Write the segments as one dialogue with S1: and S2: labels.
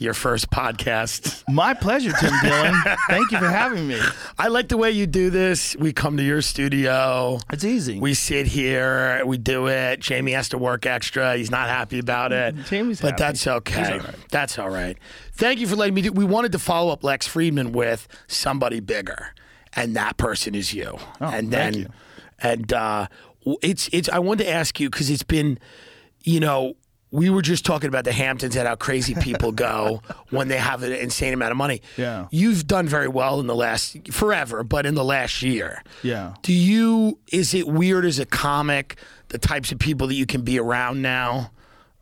S1: Your first podcast.
S2: My pleasure, Tim Dillon. Thank you for having me.
S1: I like the way you do this. We come to your studio.
S2: It's easy.
S1: We sit here. We do it. Jamie has to work extra. He's not happy about it.
S2: Mm-hmm. Jamie's
S1: but
S2: happy.
S1: that's okay. That's all right. Thank you for letting me do. We wanted to follow up Lex Friedman with somebody bigger, and that person is you. and then,
S2: Oh, thank you.
S1: and uh, w- it's it's. I wanted to ask you because it's been, you know. We were just talking about the Hamptons and how crazy people go when they have an insane amount of money.
S2: Yeah.
S1: You've done very well in the last forever, but in the last year.
S2: Yeah.
S1: Do you is it weird as a comic the types of people that you can be around now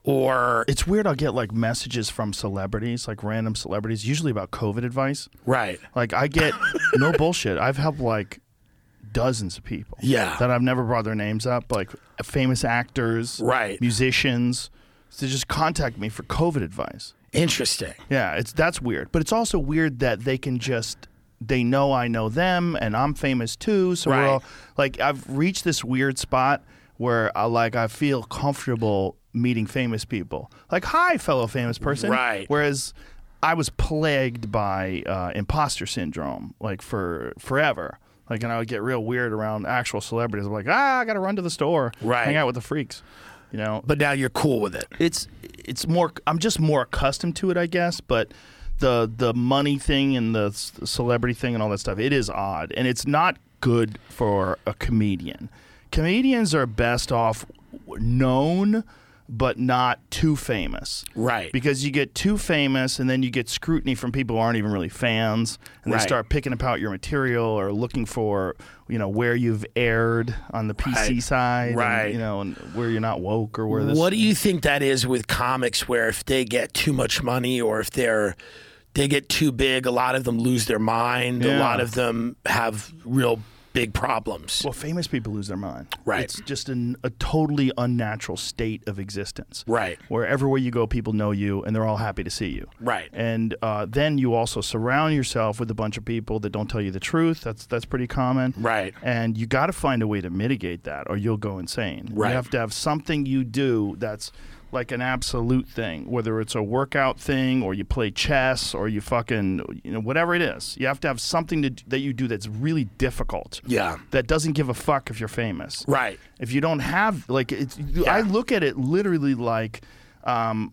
S1: or
S2: It's weird. I'll get like messages from celebrities, like random celebrities, usually about COVID advice.
S1: right.
S2: Like I get no bullshit. I've helped like dozens of people.
S1: Yeah.
S2: That I've never brought their names up, like famous actors,
S1: Right.
S2: musicians. To just contact me for COVID advice.
S1: Interesting.
S2: Yeah, it's that's weird. But it's also weird that they can just they know I know them and I'm famous too. So
S1: Right.
S2: we're all like I've reached this weird spot where I like I feel comfortable meeting famous people. Like, hi, fellow famous person.
S1: Right.
S2: Whereas I was plagued by uh, imposter syndrome like for forever. Like, and I would get real weird around actual celebrities. I'm like, ah, I got to run to the store,
S1: Right.
S2: hang out with the freaks, you know
S1: But now you're cool with it.
S2: it's it's more I'm just more accustomed to it, I guess, but the the money thing and the c- celebrity thing and all that stuff, it is odd and it's not good for a comedian. Comedians are best off w- known but not too famous.
S1: Right.
S2: Because you get too famous and then you get scrutiny from people who aren't even really fans and
S1: Right.
S2: they start picking apart your material or looking for, you know, where you've aired on the PC
S1: Right.
S2: side, and,
S1: Right.
S2: you know, and where you're not woke or where this
S1: What do you think that is with comics where if they get too much money or if they're they get too big, a lot of them lose their mind, a
S2: Yeah.
S1: lot of them have real big problems.
S2: Well, famous people lose their mind.
S1: Right.
S2: It's just an, a totally unnatural state of existence.
S1: Right.
S2: Where everywhere you go, people know you and they're all happy to see you.
S1: Right.
S2: And uh, then you also surround yourself with a bunch of people that don't tell you the truth. That's that's pretty common.
S1: Right.
S2: And you got to find a way to mitigate that, or you'll go insane.
S1: Right.
S2: You have to have something you do that's like an absolute thing, whether it's a workout thing or you play chess or you fucking you know whatever it is. You have to have something to, d- that you do that's really difficult
S1: Yeah.
S2: that doesn't give a fuck if you're famous.
S1: Right.
S2: If you don't have like it's, I look at it literally like um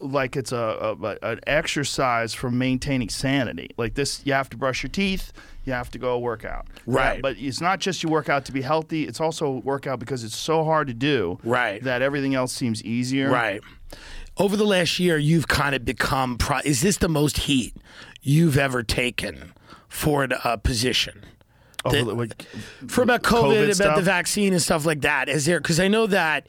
S2: like it's a, a, a- an exercise for maintaining sanity. Like this you have to brush your teeth, you have to go work out.
S1: Right.
S2: Yeah, but it's not just you work out to be healthy, it's also work out because it's so hard to do
S1: Right.
S2: that everything else seems easier.
S1: Right. Over the last year, you've kind of become. Pro- is this the most heat you've ever taken for a uh, position?
S2: Oh,
S1: The-
S2: like-
S1: for about
S2: COVID
S1: COVID, about the
S2: stuff?
S1: vaccine and stuff like that. Is there because I know that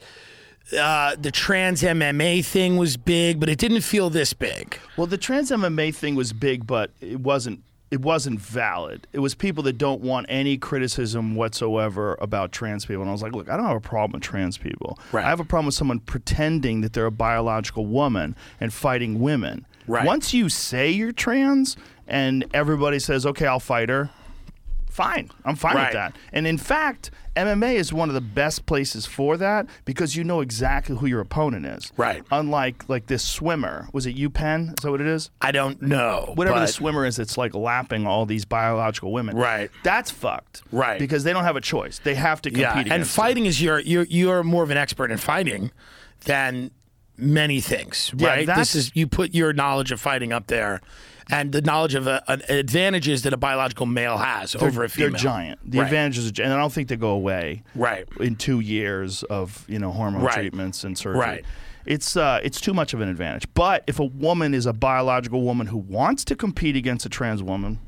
S1: uh, the trans MMA thing was big, but it didn't feel this big.
S2: Well, the trans MMA thing was big, but it wasn't. It wasn't valid. It was people that don't want any criticism whatsoever about trans people. And I was like, look, I don't have a problem with trans people.
S1: Right.
S2: I have a problem with someone pretending that they're a biological woman and fighting women.
S1: Right.
S2: Once you say you're trans and everybody says, okay, I'll fight her, fine. I'm fine
S1: Right.
S2: with that. And in fact, MMA is one of the best places for that because you know exactly who your opponent is.
S1: Right.
S2: Unlike like this swimmer, was it UPenn? Is that what it is?
S1: I don't know.
S2: Whatever the
S1: but-
S2: swimmer is, it's like lapping all these biological women.
S1: Right.
S2: That's fucked.
S1: Right.
S2: Because they don't have a choice. They have to compete.
S1: yeah, and
S2: against it.
S1: fighting is your you're you're more of an expert in fighting than many things,
S2: Yeah,
S1: right?
S2: that's-
S1: This is you put your knowledge of fighting up there, and the knowledge of uh an advantages that a biological male has over a female.
S2: They're giant. The
S1: Right.
S2: advantages are giant. And I don't think they go away.
S1: Right.
S2: In two years of you know hormone
S1: Right.
S2: treatments and surgery.
S1: Right.
S2: It's uh, it's too much of an advantage. But if a woman is a biological woman who wants to compete against a trans woman,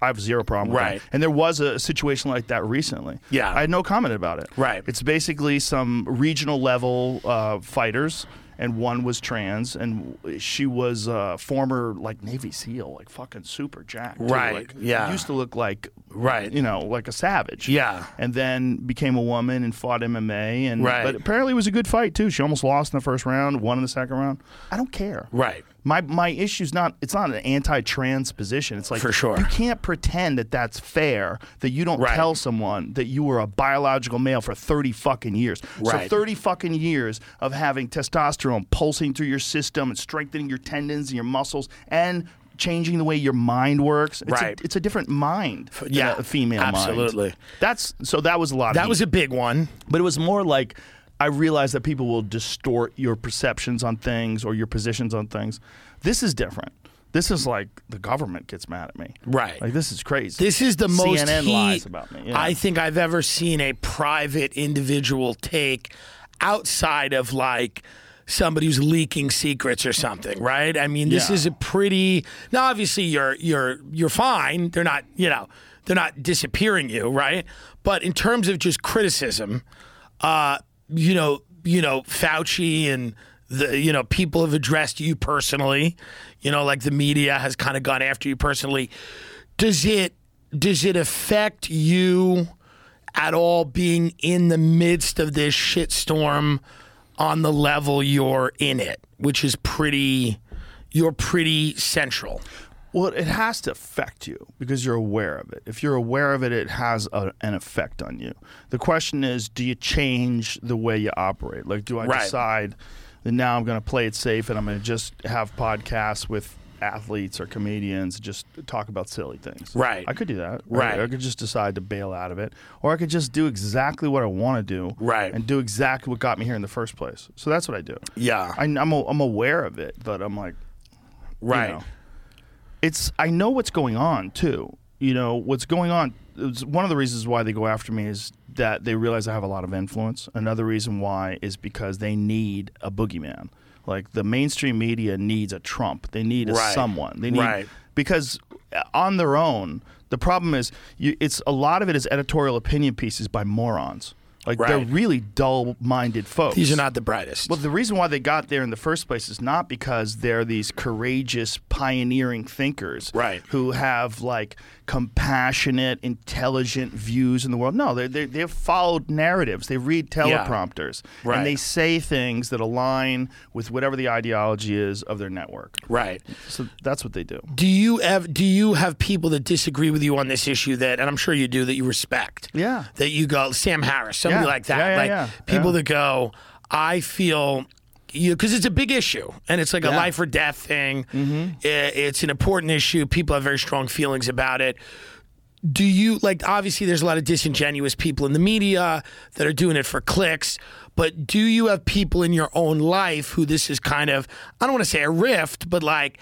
S2: I have zero problem with
S1: Right.
S2: that. And there was a situation like that recently.
S1: Yeah.
S2: I had no comment about it.
S1: Right.
S2: It's basically some regional level uh, fighters, and one was trans, and she was uh, former like Navy SEAL, like fucking super jacked. too,
S1: Right,
S2: like,
S1: yeah.
S2: Used to look like
S1: Right.
S2: You know, like a savage.
S1: Yeah.
S2: And then became a woman and fought MMA. And
S1: Right.
S2: But apparently it was a good fight too. She almost lost in the first round, won in the second round. I don't care.
S1: Right.
S2: My my issue's not it's not an anti-trans position. It's like
S1: For sure.
S2: you can't pretend that that's fair that you don't
S1: Right.
S2: tell someone that you were a biological male for 30 fucking years.
S1: Right.
S2: So 30 fucking years of having testosterone pulsing through your system and strengthening your tendons and your muscles and changing the way your mind works. It's
S1: Right.
S2: A, it's a different mind. than
S1: yeah,
S2: A female mind.
S1: absolutely.
S2: That's so that was a lot of
S1: That
S2: heat.
S1: was a big one.
S2: But it was more like I realize that people will distort your perceptions on things or your positions on things. This is different. This is like the government gets mad at me.
S1: Right.
S2: Like this is crazy.
S1: This is the most
S2: CNN
S1: heat
S2: lies about me. yeah.
S1: I think I've ever seen a private individual take outside of like somebody who's leaking secrets or something, right? I mean, this
S2: Yeah.
S1: is a pretty now obviously you're you're you're fine. They're not, you know, they're not disappearing you, right? But in terms of just criticism, uh, you know, you know, Fauci and the you know people have addressed you personally. You know, like the media has kind of gone after you personally. Does it does it affect you at all being in the midst of this shitstorm on the level you're in it, which is pretty you're pretty central.
S2: Well, it has to affect you because you're aware of it. If you're aware of it, it has a, an effect on you. The question is, do you change the way you operate? Like, do I
S1: Right.
S2: decide that now I'm going to play it safe and I'm going to just have podcasts with athletes or comedians just talk about silly things?
S1: Right.
S2: I could do that.
S1: Right.
S2: I could just decide to bail out of it, or I could just do exactly what I want to do.
S1: Right.
S2: And do exactly what got me here in the first place. So that's what I do.
S1: Yeah.
S2: I, I'm a, I'm aware of it, but I'm like
S1: Right.
S2: know. it's I know what's going on too. You know what's going on. It's one of the reasons why they go after me is that they realize I have a lot of influence. Another reason why is because they need a boogeyman. Like the mainstream media needs a Trump. They need a
S1: Right.
S2: someone. They need
S1: Right.
S2: because uh, on their own, the problem is you, it's a lot of it is editorial opinion pieces by morons. Like they're
S1: Right.
S2: really dull-minded folks.
S1: These are not the brightest.
S2: Well, the reason why they got there in the first place is not because they're these courageous, pioneering thinkers,
S1: Right.
S2: Who have like compassionate, intelligent views in the world. No, they they they've followed narratives. They read
S1: Yeah.
S2: teleprompters,
S1: Right.
S2: and they say things that align with whatever the ideology is of their network.
S1: right.
S2: So that's what they do.
S1: Do you have do you have people that disagree with you on this issue that and I'm sure you do that you respect?
S2: Yeah.
S1: That you go Sam Harris, somebody
S2: Yeah.
S1: like that.
S2: Yeah, yeah,
S1: like
S2: yeah.
S1: people
S2: Yeah.
S1: that go, I feel you because it's a big issue and it's like a
S2: Yeah. Mm-hmm.
S1: life or death thing. I- It's an important issue. People have very strong feelings about it. Do you like obviously there's a lot of disingenuous people in the media that are doing it for clicks, but do you have people in your own life who this is kind of I don't want to say a rift, but like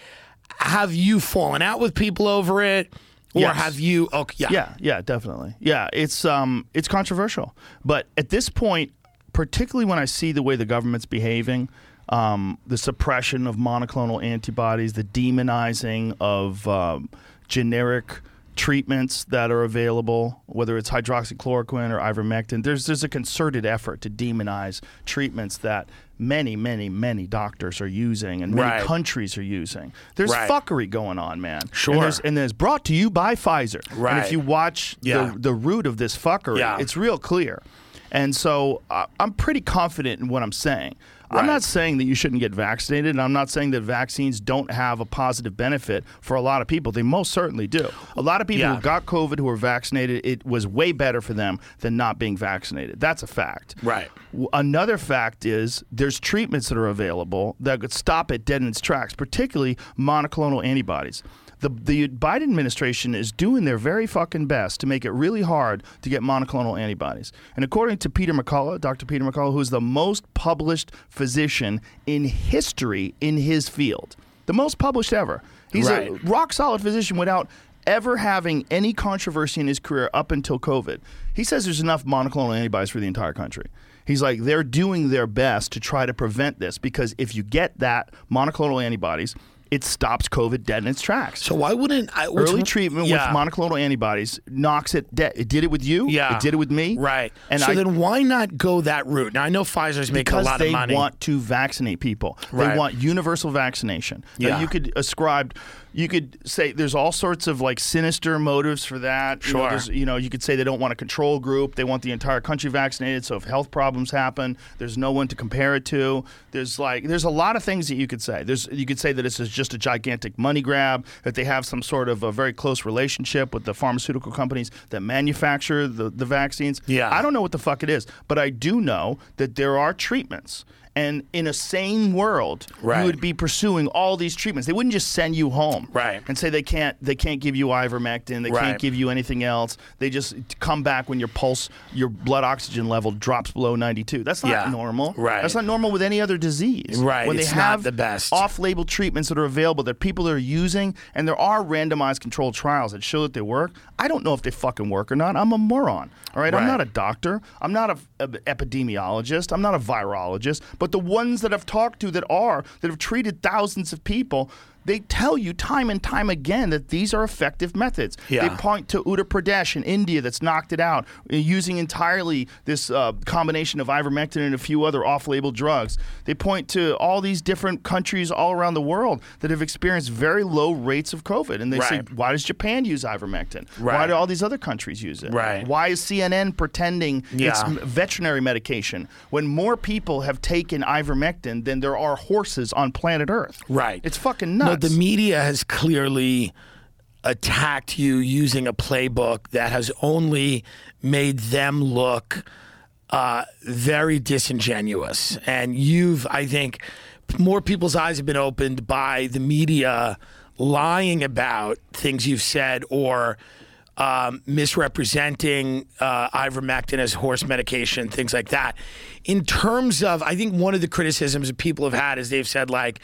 S1: have you fallen out with people over it? Or
S2: Yes.
S1: have you okay yeah.
S2: Yeah, yeah, definitely. Yeah, it's um, it's controversial, but at this point, particularly when I see the way the government's behaving, um, the suppression of monoclonal antibodies, the demonizing of um, generic treatments that are available, whether it's hydroxychloroquine or ivermectin, there's there's a concerted effort to demonize treatments that many, many, many doctors are using and many
S1: Right.
S2: countries are using. There's
S1: Right.
S2: fuckery going on, man.
S1: Sure.
S2: And there's, and there's brought to you by Pfizer. And
S1: Right.
S2: if you watch
S1: Yeah.
S2: the, the root of this fuckery,
S1: Yeah.
S2: it's real clear. And so uh, I'm pretty confident in what I'm saying.
S1: Right.
S2: I'm not saying that you shouldn't get vaccinated, and I'm not saying that vaccines don't have a positive benefit for a lot of people. They most certainly do. A lot of people
S1: Yeah.
S2: who got COVID who were vaccinated, it was way better for them than not being vaccinated. That's a fact.
S1: Right.
S2: W- Another fact is there's treatments that are available that could stop it dead in its tracks, particularly monoclonal antibodies. The, the Biden administration is doing their very fucking best to make it really hard to get monoclonal antibodies. And according to Peter McCullough, Dr. Peter McCullough, who's the most published physician in history in his field, the most published ever. He's a
S1: Right.
S2: rock solid physician without ever having any controversy in his career up until COVID. He says there's enough monoclonal antibodies for the entire country. He's like, they're doing their best to try to prevent this because if you get that monoclonal antibodies, it stops COVID dead in its tracks.
S1: So why wouldn't I, which
S2: Early
S1: one-
S2: treatment
S1: Yeah.
S2: with monoclonal antibodies knocks it dead. It did it with you.
S1: Yeah,
S2: It did it with me.
S1: Right.
S2: And
S1: so
S2: I,
S1: then why not go that route? Now I know Pfizer's making a
S2: because
S1: lot
S2: they
S1: of money.
S2: want to vaccinate people.
S1: Right.
S2: They want universal vaccination. Now,
S1: Yeah.
S2: you could ascribe, you could say there's all sorts of like sinister motives for that. You know,
S1: Sure.
S2: there's- you know, you could say they don't want a control group. They want the entire country vaccinated. So if health problems happen, there's no one to compare it to. There's like there's a lot of things that you could say. There's you could say that this is just a gigantic money grab. That they have some sort of a very close relationship with the pharmaceutical companies that manufacture the, the vaccines.
S1: Yeah.
S2: I don't know what the fuck it is, but I do know that there are treatments. And in a sane world,
S1: Right.
S2: you would be pursuing all these treatments. They wouldn't just send you home
S1: Right.
S2: and say they can't they can't give you ivermectin, they
S1: Right.
S2: can't give you anything else. They just come back when your pulse, your blood oxygen level drops below 92. That's not
S1: Yeah.
S2: normal.
S1: Right.
S2: That's not normal with any other disease.
S1: Right.
S2: When they
S1: It's not
S2: have
S1: the best.
S2: off-label treatments that are available that people are using, and there are randomized controlled trials that show that they work. I don't know if they fucking work or not. I'm a moron. All right.
S1: Right.
S2: I'm not a doctor. I'm not a, a epidemiologist. I'm not a virologist. But the ones that I've talked to that are that have treated thousands of people, they tell you time and time again that these are effective methods.
S1: Yeah.
S2: They point to Uttar Pradesh in India that's knocked it out uh, using entirely this uh, combination of ivermectin and a few other off-label drugs. They point to all these different countries all around the world that have experienced very low rates of COVID, and they say,
S1: Right.
S2: "Why does Japan use ivermectin?
S1: Right.
S2: Why do all these other countries use it?
S1: Right.
S2: Why is CNN pretending it's
S1: Yeah.
S2: m- veterinary medication when more people have taken ivermectin than there are horses on planet Earth?
S1: Right.
S2: It's fucking
S1: No,
S2: nuts.
S1: the media has clearly attacked you using a playbook that has only made them look uh, very disingenuous. And you've, I think, more people's eyes have been opened by the media lying about things you've said or um, misrepresenting uh, ivermectin as horse medication, things like that. In terms of, I think one of the criticisms that people have had is they've said, like,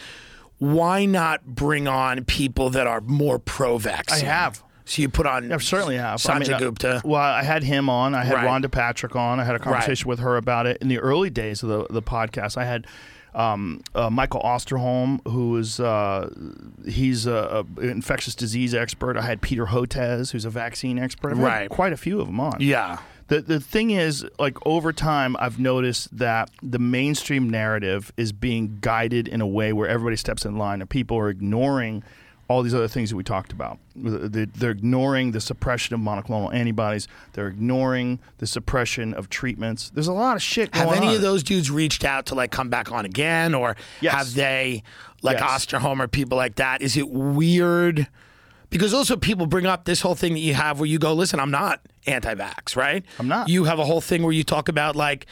S1: why not bring on people that are more pro vaccine?
S2: I have.
S1: So you put on
S2: I certainly have. I
S1: Sanjay
S2: mean, I-
S1: Gupta.
S2: well, I had him on. I had
S1: Right.
S2: Rhonda Patrick on. I had a conversation with her about it in the early days of the, the podcast. I had um, uh, Michael Osterholm, who is uh, he's a, a infectious disease expert. I had Peter Hotez, who's a vaccine expert. I've had
S1: Right.
S2: quite a few of them on.
S1: yeah.
S2: The the thing is, like over time, I've noticed that the mainstream narrative is being guided in a way where everybody steps in line, and people are ignoring all these other things that we talked about. They're they're ignoring the suppression of monoclonal antibodies. They're ignoring the suppression of treatments. There's a lot of shit going
S1: Have any
S2: on.
S1: of those dudes reached out to like come back on again, or
S2: Yes.
S1: have they like
S2: Yes.
S1: Osterholm or people like that? Is it weird? Because also people bring up this whole thing that you have where you go, listen, I'm not anti-vax, right?
S2: I'm not.
S1: You have a whole thing where you talk about like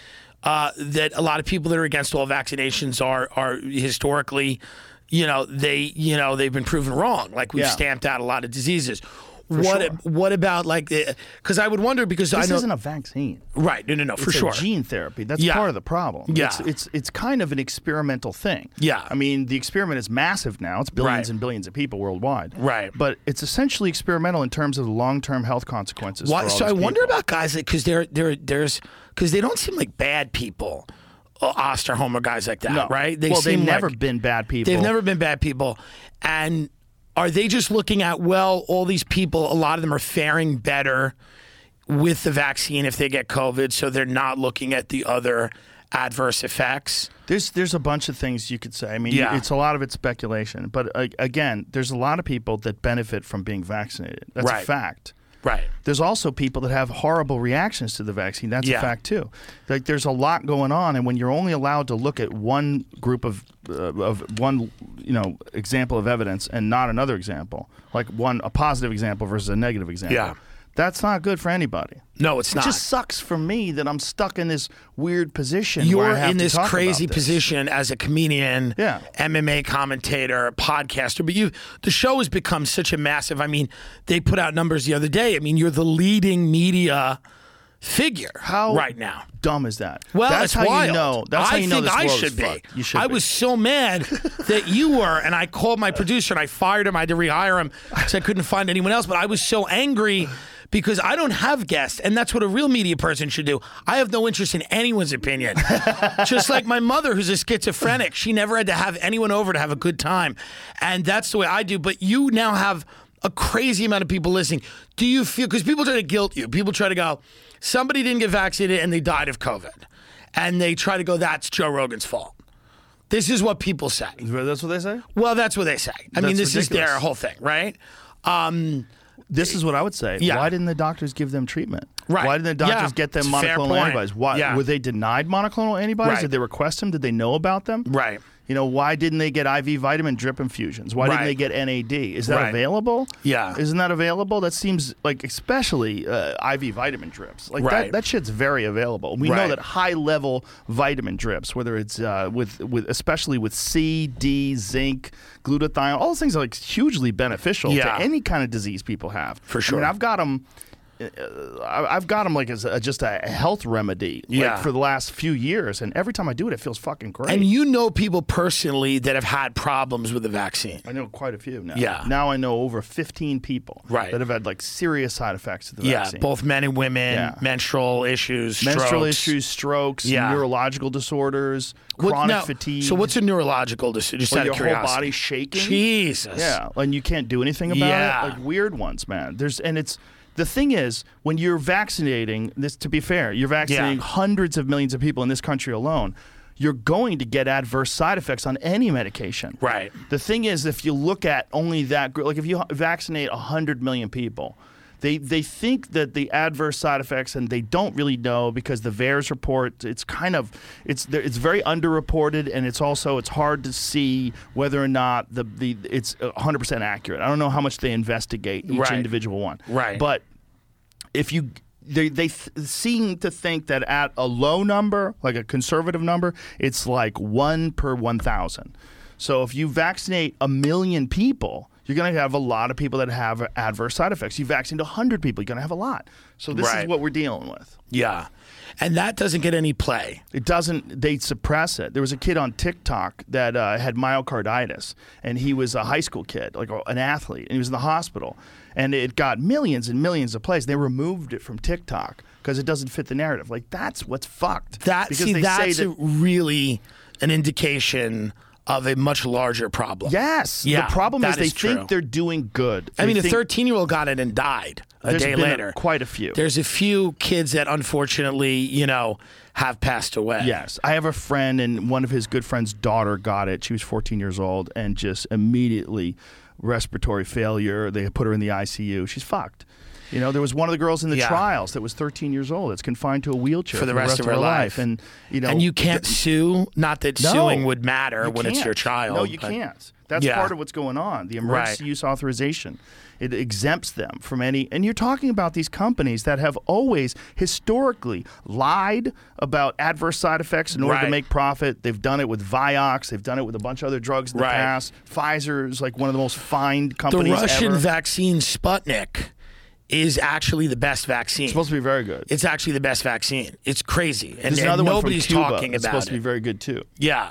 S1: uh, that a lot of people that are against all vaccinations are are historically, you know, they you know they've been proven wrong. Like we've
S2: Yeah.
S1: stamped out a lot of diseases. what
S2: sure.
S1: what about like? Because I would wonder because
S2: This
S1: I know
S2: isn't a vaccine.
S1: right? No, no, no, for
S2: it's a
S1: sure.
S2: gene therapy. That's
S1: Yeah.
S2: part of the problem.
S1: Yeah.
S2: It's, it's it's kind of an experimental thing.
S1: Yeah.
S2: I mean, the experiment is massive now. It's billions
S1: Right.
S2: and billions of people worldwide.
S1: Right.
S2: But it's essentially experimental in terms of the long-term health consequences.
S1: Why,
S2: for all
S1: so I
S2: these
S1: wonder
S2: people.
S1: about guys like because they're they're there's because they don't seem like bad people, uh, Osterholm or guys like that,
S2: No.
S1: right?
S2: well, they've
S1: seem
S2: never
S1: like-
S2: been bad people.
S1: They've never been bad people, and are they just looking at well, all these people? A lot of them are faring better with the vaccine if they get COVID, so they're not looking at the other adverse effects.
S2: There's there's a bunch of things you could say. I mean, you-
S1: Yeah.
S2: it's a lot of it's speculation, but uh, again, there's a lot of people that benefit from being vaccinated. That's
S1: Right.
S2: a fact.
S1: Right.
S2: There's also people that have horrible reactions to the vaccine. That's
S1: Yeah.
S2: a fact too. Like there's a lot going on, and when you're only allowed to look at one group of uh, of one you know example of evidence and not another example, like one a positive example versus a negative example,
S1: Yeah.
S2: that's not good for anybody.
S1: No, it's
S2: It
S1: not.
S2: just sucks for me that I'm stuck in this weird position. where I
S1: You're
S2: have
S1: in
S2: to
S1: this
S2: talk about
S1: crazy
S2: this.
S1: position as a comedian,
S2: Yeah.
S1: MMA commentator, podcaster, but you the show has become such a massive. I mean, they put out numbers the other day. I mean, you're the leading media figure
S2: How
S1: right now.
S2: dumb is that?
S1: Well,
S2: that's
S1: it's
S2: how
S1: wild.
S2: you know. That's how
S1: I
S2: you know
S1: think
S2: this
S1: I
S2: world
S1: should
S2: is
S1: be.
S2: fucked. You should.
S1: I
S2: be.
S1: was so mad that you were, and I called my producer and I fired him. I had to rehire him because I couldn't find anyone else. But I was so angry because I don't have guests, and that's what a real media person should do. I have no interest in anyone's opinion. Just like my mother, who's a schizophrenic, she never had to have anyone over to have a good time, and that's the way I do. But you now have a crazy amount of people listening. Do you feel because people try to guilt you? People try to go, somebody didn't get vaccinated and they died of COVID, and they try to go, that's Joe Rogan's fault. This is what people say.
S2: That's what they say.
S1: Well, that's what they say. I mean,
S2: That's
S1: this is their
S2: ridiculous.
S1: whole thing, right? Um,
S2: This is what I would say.
S1: Yeah.
S2: Why didn't the doctors give them treatment?
S1: Right.
S2: Why didn't the
S1: Yeah.
S2: doctors get them
S1: It's a fair
S2: monoclonal
S1: point.
S2: antibodies? Why
S1: Yeah.
S2: were they denied monoclonal antibodies?
S1: Right.
S2: Did they request them? Did they know about them?
S1: Right.
S2: You know, why didn't they get IV vitamin drip infusions? Why
S1: Right.
S2: didn't they get NAD? Is that
S1: Right.
S2: available?
S1: Yeah.
S2: Isn't that available? That seems like especially uh, IV vitamin drips. Like
S1: Right.
S2: that, that shit's very available. We
S1: Right.
S2: know that high level vitamin drips, whether it's uh, with with especially with C, D, zinc, glutathione, all those things are like hugely beneficial
S1: Yeah.
S2: to any kind of disease people have.
S1: For
S2: I
S1: sure.
S2: mean, I've got them. I've got them like as a, just a health remedy, like,
S1: Yeah.
S2: for the last few years, and every time I do it, it feels fucking great.
S1: and you know people personally that have had problems with the vaccine.
S2: I know quite a few now.
S1: Yeah.
S2: Now I know over 15 people
S1: Right.
S2: that have had like serious side effects of the
S1: Yeah,
S2: vaccine.
S1: both men and women,
S2: Yeah.
S1: menstrual issues,
S2: menstrual
S1: strokes.
S2: issues, strokes,
S1: Yeah.
S2: neurological disorders,
S1: What-
S2: chronic
S1: now,
S2: fatigue.
S1: So what's a neurological disorder? Just
S2: where
S1: out
S2: your
S1: of curiosity.
S2: whole body shaking?
S1: Jesus.
S2: Yeah, and you can't do anything about
S1: Yeah.
S2: it. Like weird ones, man. There's and it's the thing is when you're vaccinating this. To be fair, you're vaccinating hundreds of millions of people in this country alone. You're going to get adverse side effects on any medication.
S1: Right.
S2: The thing is, if you look at only that group, like if you h- vaccinate 100 million people, they, they think that the adverse side effects, and they don't really know because the VAERS report, it's kind of, it's there- it's very underreported, and it's also, it's hard to see whether or not the, the it's 100% accurate. I don't know how much they investigate each
S1: Right.
S2: individual one.
S1: Right.
S2: But if you they they th- seem to think that at a low number, like a conservative number, it's like one per one thousand. So if you vaccinate a million people, you're going to have a lot of people that have adverse side effects. You vaccinate hundred people, you're going to have a lot. So this
S1: Right.
S2: is what we're dealing with.
S1: Yeah. And that doesn't get any play.
S2: It doesn't. They suppress it. There was a kid on TikTok that uh, had myocarditis, and he was a high school kid, like an athlete, and he was in the hospital, and it got millions and millions of plays. They removed it from TikTok because it doesn't fit the narrative. Like that's what's fucked.
S1: That
S2: because
S1: see,
S2: they say
S1: that's
S2: that-
S1: a- really an indication of a much larger problem.
S2: yes.
S1: Yeah,
S2: the problem is
S1: that
S2: they
S1: is true.
S2: think they're doing good.
S1: I
S2: They
S1: mean, a
S2: think-
S1: 13 year old got it and died a
S2: There's
S1: day
S2: been a-
S1: later.
S2: quite a few.
S1: There's a few kids that unfortunately, you know, have passed away.
S2: Yes, I have a friend, and one of his good friend's daughter got it. She was 14 years old, and just immediately respiratory failure. They put her in the ICU. She's fucked. You know, there was one of the girls in the
S1: Yeah.
S2: trials that was 13 years old. That's confined to a wheelchair
S1: for the rest, of her life.
S2: and you know,
S1: and you can't sue. Not that
S2: No.
S1: suing would matter
S2: You
S1: when it's
S2: can't.
S1: your child.
S2: No, you
S1: but-
S2: can't. That's
S1: Yeah.
S2: part of what's going on. The emergency
S1: Right.
S2: use authorization. It exempts them from any and you're talking about these companies that have always historically lied about adverse side effects in order
S1: Right.
S2: to make profit. They've done it with Vioxx, they've done it with a bunch of other drugs in the
S1: Right.
S2: past. Pfizer is like one of the most fined
S1: The
S2: companies
S1: Russian
S2: ever.
S1: vaccine Sputnik is actually the best vaccine.
S2: it's supposed to be very good.
S1: It's actually the best vaccine. It's crazy, and,
S2: There's
S1: and
S2: another one from
S1: nobody's
S2: Cuba
S1: talking
S2: that's
S1: about
S2: supposed
S1: it.
S2: to be very good too.
S1: yeah.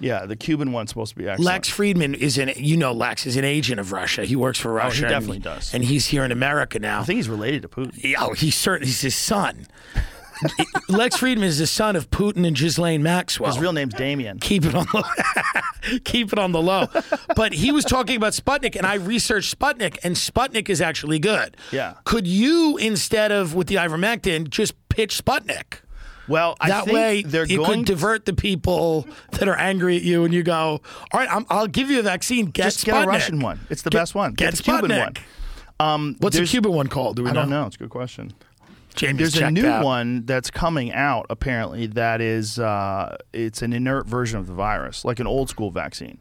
S2: Yeah, the Cuban one's supposed to be excellent.
S1: Lex Friedman is an you know Lex is an agent of Russia. He works for Russia. and-
S2: Oh, definitely does.
S1: and he's here in America now.
S2: I think he's related to Putin.
S1: Yeah, oh, he's certainly he's his son. Lex Friedman is the son of Putin and Ghislaine Maxwell.
S2: His real name's Damien.
S1: keep it on the keep it on the low. But he was talking about Sputnik, and I researched Sputnik, and Sputnik is actually good.
S2: Yeah.
S1: Could you instead of with the ivermectin just pitch Sputnik?
S2: Well, I
S1: that
S2: think
S1: way,
S2: they're
S1: it
S2: going
S1: could divert the people that are angry at you, and you go, "All right, I'm, I'll give you a vaccine. Get
S2: just get a
S1: Sputnik."
S2: Russian one. It's the
S1: Get-
S2: best one.
S1: Get,
S2: Get, the Cuban
S1: Sputnik.
S2: one. Um,
S1: What's the
S2: there's-
S1: Cuban one called? Do we
S2: I don't know. It's a good question.
S1: Jamie's
S2: There's a
S1: checked
S2: new
S1: out.
S2: one that's coming out apparently that is uh, it's an inert version of the virus, like an old school vaccine.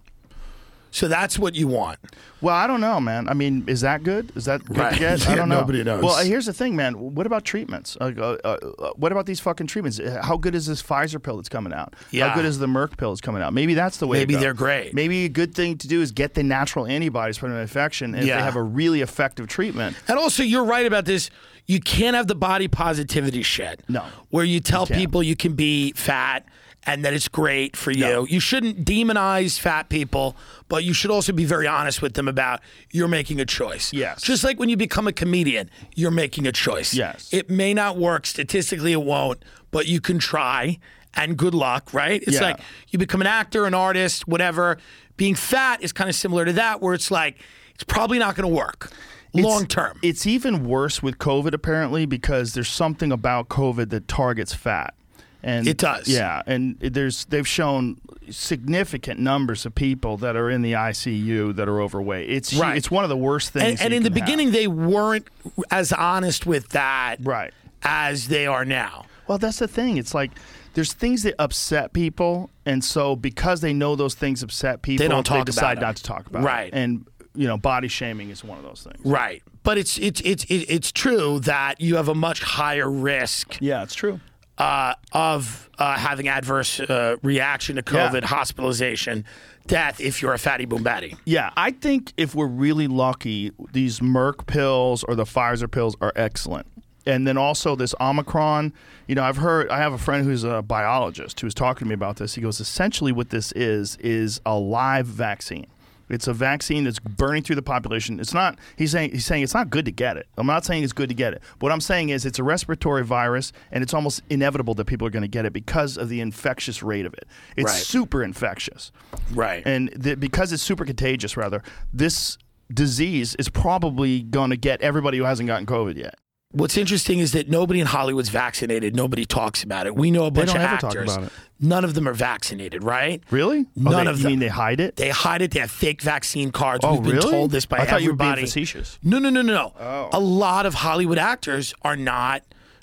S1: So that's what you want.
S2: Well, I don't know, man. I mean, is that good? Is that good
S1: Right.
S2: to get? I
S1: Yeah,
S2: don't know.
S1: nobody knows.
S2: Well, here's the thing, man. What about treatments? Uh, uh, uh, what about these fucking treatments? Uh, How good is this Pfizer pill that's coming out?
S1: Yeah.
S2: How good is the Merck pill that's coming out? Maybe that's the way. to
S1: Maybe
S2: go.
S1: they're great.
S2: Maybe a good thing to do is get the natural antibodies from an infection, and if
S1: Yeah.
S2: they have a really effective treatment.
S1: And also, you're right about this. You can't have the body positivity shit.
S2: No.
S1: Where you tell
S2: can't.
S1: people you can be fat and that it's great for you. You shouldn't demonize fat people, but you should also be very honest with them about you're making a choice.
S2: Yes.
S1: Just like when you become a comedian, you're making a choice.
S2: Yes.
S1: It may not work. Statistically, it won't, but you can try and good luck, right? It's
S2: Yeah.
S1: like you become an actor, an artist, whatever. Being fat is kind of similar to that, where it's like, it's probably not going to work
S2: It's-
S1: long term.
S2: It's even worse with COVID apparently because there's something about COVID that targets fat. And
S1: It does.
S2: Yeah, and there's they've shown significant numbers of people that are in the ICU that are overweight. It's
S1: Right.
S2: it's one of the worst
S1: And,
S2: things.
S1: and
S2: you
S1: in the
S2: can have.
S1: beginning, they weren't as honest with that
S2: Right.
S1: as they are now.
S2: Well, that's the thing. It's like there's things that upset people, and so because they know those things upset people,
S1: They don't talk about
S2: decide
S1: it.
S2: not to talk about it.
S1: Right.
S2: And you know, body shaming is one of those things.
S1: Right. But it's it's it's it- it's true that you have a much higher risk
S2: Yeah, it's true.
S1: uh, of uh, having adverse uh, reaction to
S2: Yeah.
S1: COVID, hospitalization, death if you're a fatty boom batty.
S2: Yeah, I think if we're really lucky, these Merck pills or the Pfizer pills are excellent. And then also this Omicron, you know, I've heard, I have a friend who's a biologist who was talking to me about this. He goes, essentially, what this is, is a live vaccine. It's a vaccine that's burning through the population. It's not. He's saying he's saying it's not good to get it. I'm not saying it's good to get it. What I'm saying is it's a respiratory virus, and it's almost inevitable that people are going to get it because of the infectious rate of it. It's
S1: Right.
S2: super infectious
S1: Right.
S2: and th- because it's super contagious rather this disease is probably going to get everybody who hasn't gotten covid yet
S1: What's interesting is that nobody in Hollywood's vaccinated. Nobody talks about it. We know a bunch
S2: don't
S1: of
S2: ever talk
S1: actors.
S2: about it.
S1: None of them are vaccinated, right?
S2: really
S1: None
S2: oh, they,
S1: of
S2: you
S1: them.
S2: mean they hide it
S1: They hide it. They have fake vaccine cards.
S2: Oh,
S1: We've been
S2: really?
S1: told this by
S2: I thought you were
S1: everybody.
S2: being facetious.
S1: No, no, no, no, no.
S2: Oh.
S1: A lot of Hollywood actors are not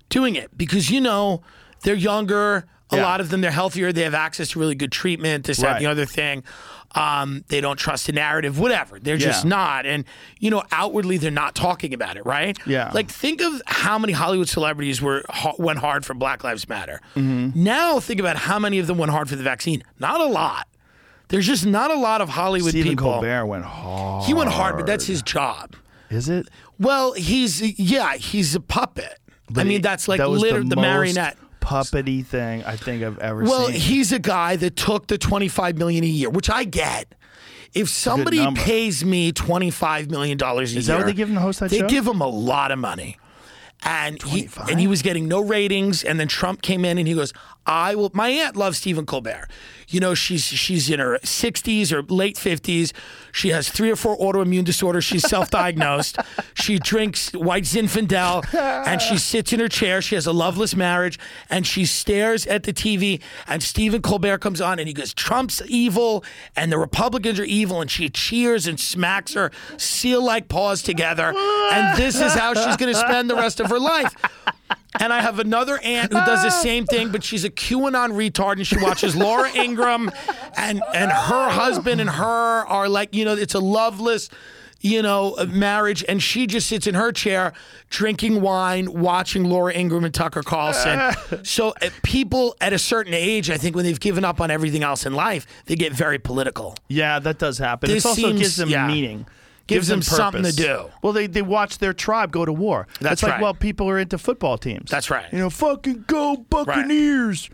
S1: doing it because you know they're younger. A
S2: Yeah.
S1: lot of them they're healthier. They have access to really good treatment. This that, and the
S2: Right.
S1: other thing. Um, they don't trust the narrative. Whatever. They're just
S2: Yeah.
S1: not. And you know, outwardly they're not talking about it, right?
S2: Yeah.
S1: Like think of how many Hollywood celebrities were ha- went hard for Black Lives Matter.
S2: Mm-hmm.
S1: Now think about how many of them went hard for the vaccine. Not a lot. There's just not a lot of Hollywood
S2: Stephen
S1: people.
S2: Colbert went hard.
S1: He went hard, but that's his job.
S2: Is it?
S1: Well, he's yeah, he's a puppet. I
S2: But
S1: mean,
S2: it-
S1: that's like
S2: that was
S1: liter- the,
S2: most
S1: marionette.
S2: puppety thing I think I've ever
S1: Well,
S2: seen.
S1: he's a guy that took the twenty-five million a year, which I get. If somebody
S2: number.
S1: pays me twenty-five million dollars a year,
S2: Is that what they give him to host that
S1: They
S2: show?
S1: give him a lot of money, and he, and he was getting no ratings. And then Trump came in, and he goes, "I will." My aunt loves Stephen Colbert. You know, she's she's in her sixties or late fifties. She has three or four autoimmune disorders. She's self-diagnosed. she drinks white Zinfandel, and she sits in her chair. She has a loveless marriage, and she stares at the TV. And Stephen Colbert comes on, and he goes, "Trump's evil, and the Republicans are evil." And she cheers and smacks her seal-like paws together, and this is how she's going to spend the rest of her life. And I have another aunt who does the same thing, but she's a QAnon retard, and she watches Laura Ingram, and and her husband and her are like, you know, it's a loveless, you know, marriage, and she just sits in her chair drinking wine, watching Laura Ingram and Tucker Carlson. so uh, people at a certain age, I think, when they've given up on everything else in life, they get very political.
S2: Yeah, that does happen.
S1: This
S2: It also
S1: seems-
S2: gives them
S1: yeah.
S2: meaning.
S1: Gives them
S2: purpose.
S1: something to do.
S2: Well, they, they watch their tribe go to war.
S1: That's
S2: it's like,
S1: right.
S2: well, people are into football teams.
S1: That's right.
S2: You know, fucking go Buccaneers.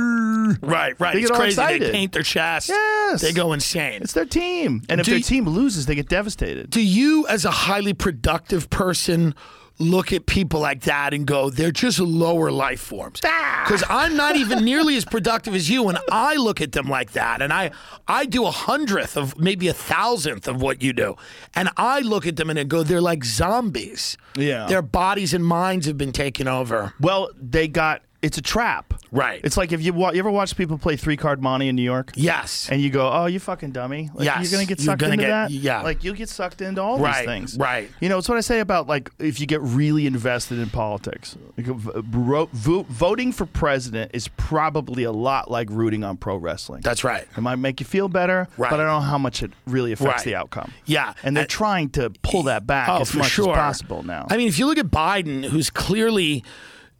S2: Right,
S1: Right,
S2: They
S1: it's
S2: get all
S1: crazy.
S2: excited.
S1: They paint their chest.
S2: Yes.
S1: they go insane.
S2: It's their team. And if
S1: Do
S2: their
S1: you-
S2: team loses, they get devastated.
S1: do you as a highly productive person look at people like that and go they're just lower life forms because i'm not even nearly as productive as you and i look at them like that and i i do a hundredth of maybe a thousandth of what you do and i look at them and I go they're like zombies
S2: Yeah.
S1: their bodies and minds have been taken over
S2: well, they got it's a trap.
S1: Right.
S2: It's like if you wa- you ever watch people play three card money in New York?
S1: yes
S2: And you go, oh, you fucking dummy! Like,
S1: Yes.
S2: you're gonna get
S1: You're
S2: sucked
S1: gonna
S2: into
S1: get-
S2: that.
S1: yeah.
S2: like you'll get sucked into all
S1: Right,
S2: these things.
S1: right.
S2: You know, it's what I say about like if you get really invested in politics. Like, v- ro- vo- voting for president is probably a lot like rooting on pro wrestling.
S1: that's right
S2: It might make you feel better,
S1: Right.
S2: but I don't know how much it really affects
S1: Right.
S2: the outcome.
S1: Yeah.
S2: and they're
S1: And-
S2: trying to pull that back
S1: Oh,
S2: as
S1: for
S2: much
S1: sure.
S2: as possible now.
S1: I mean, if you look at Biden, who's clearly,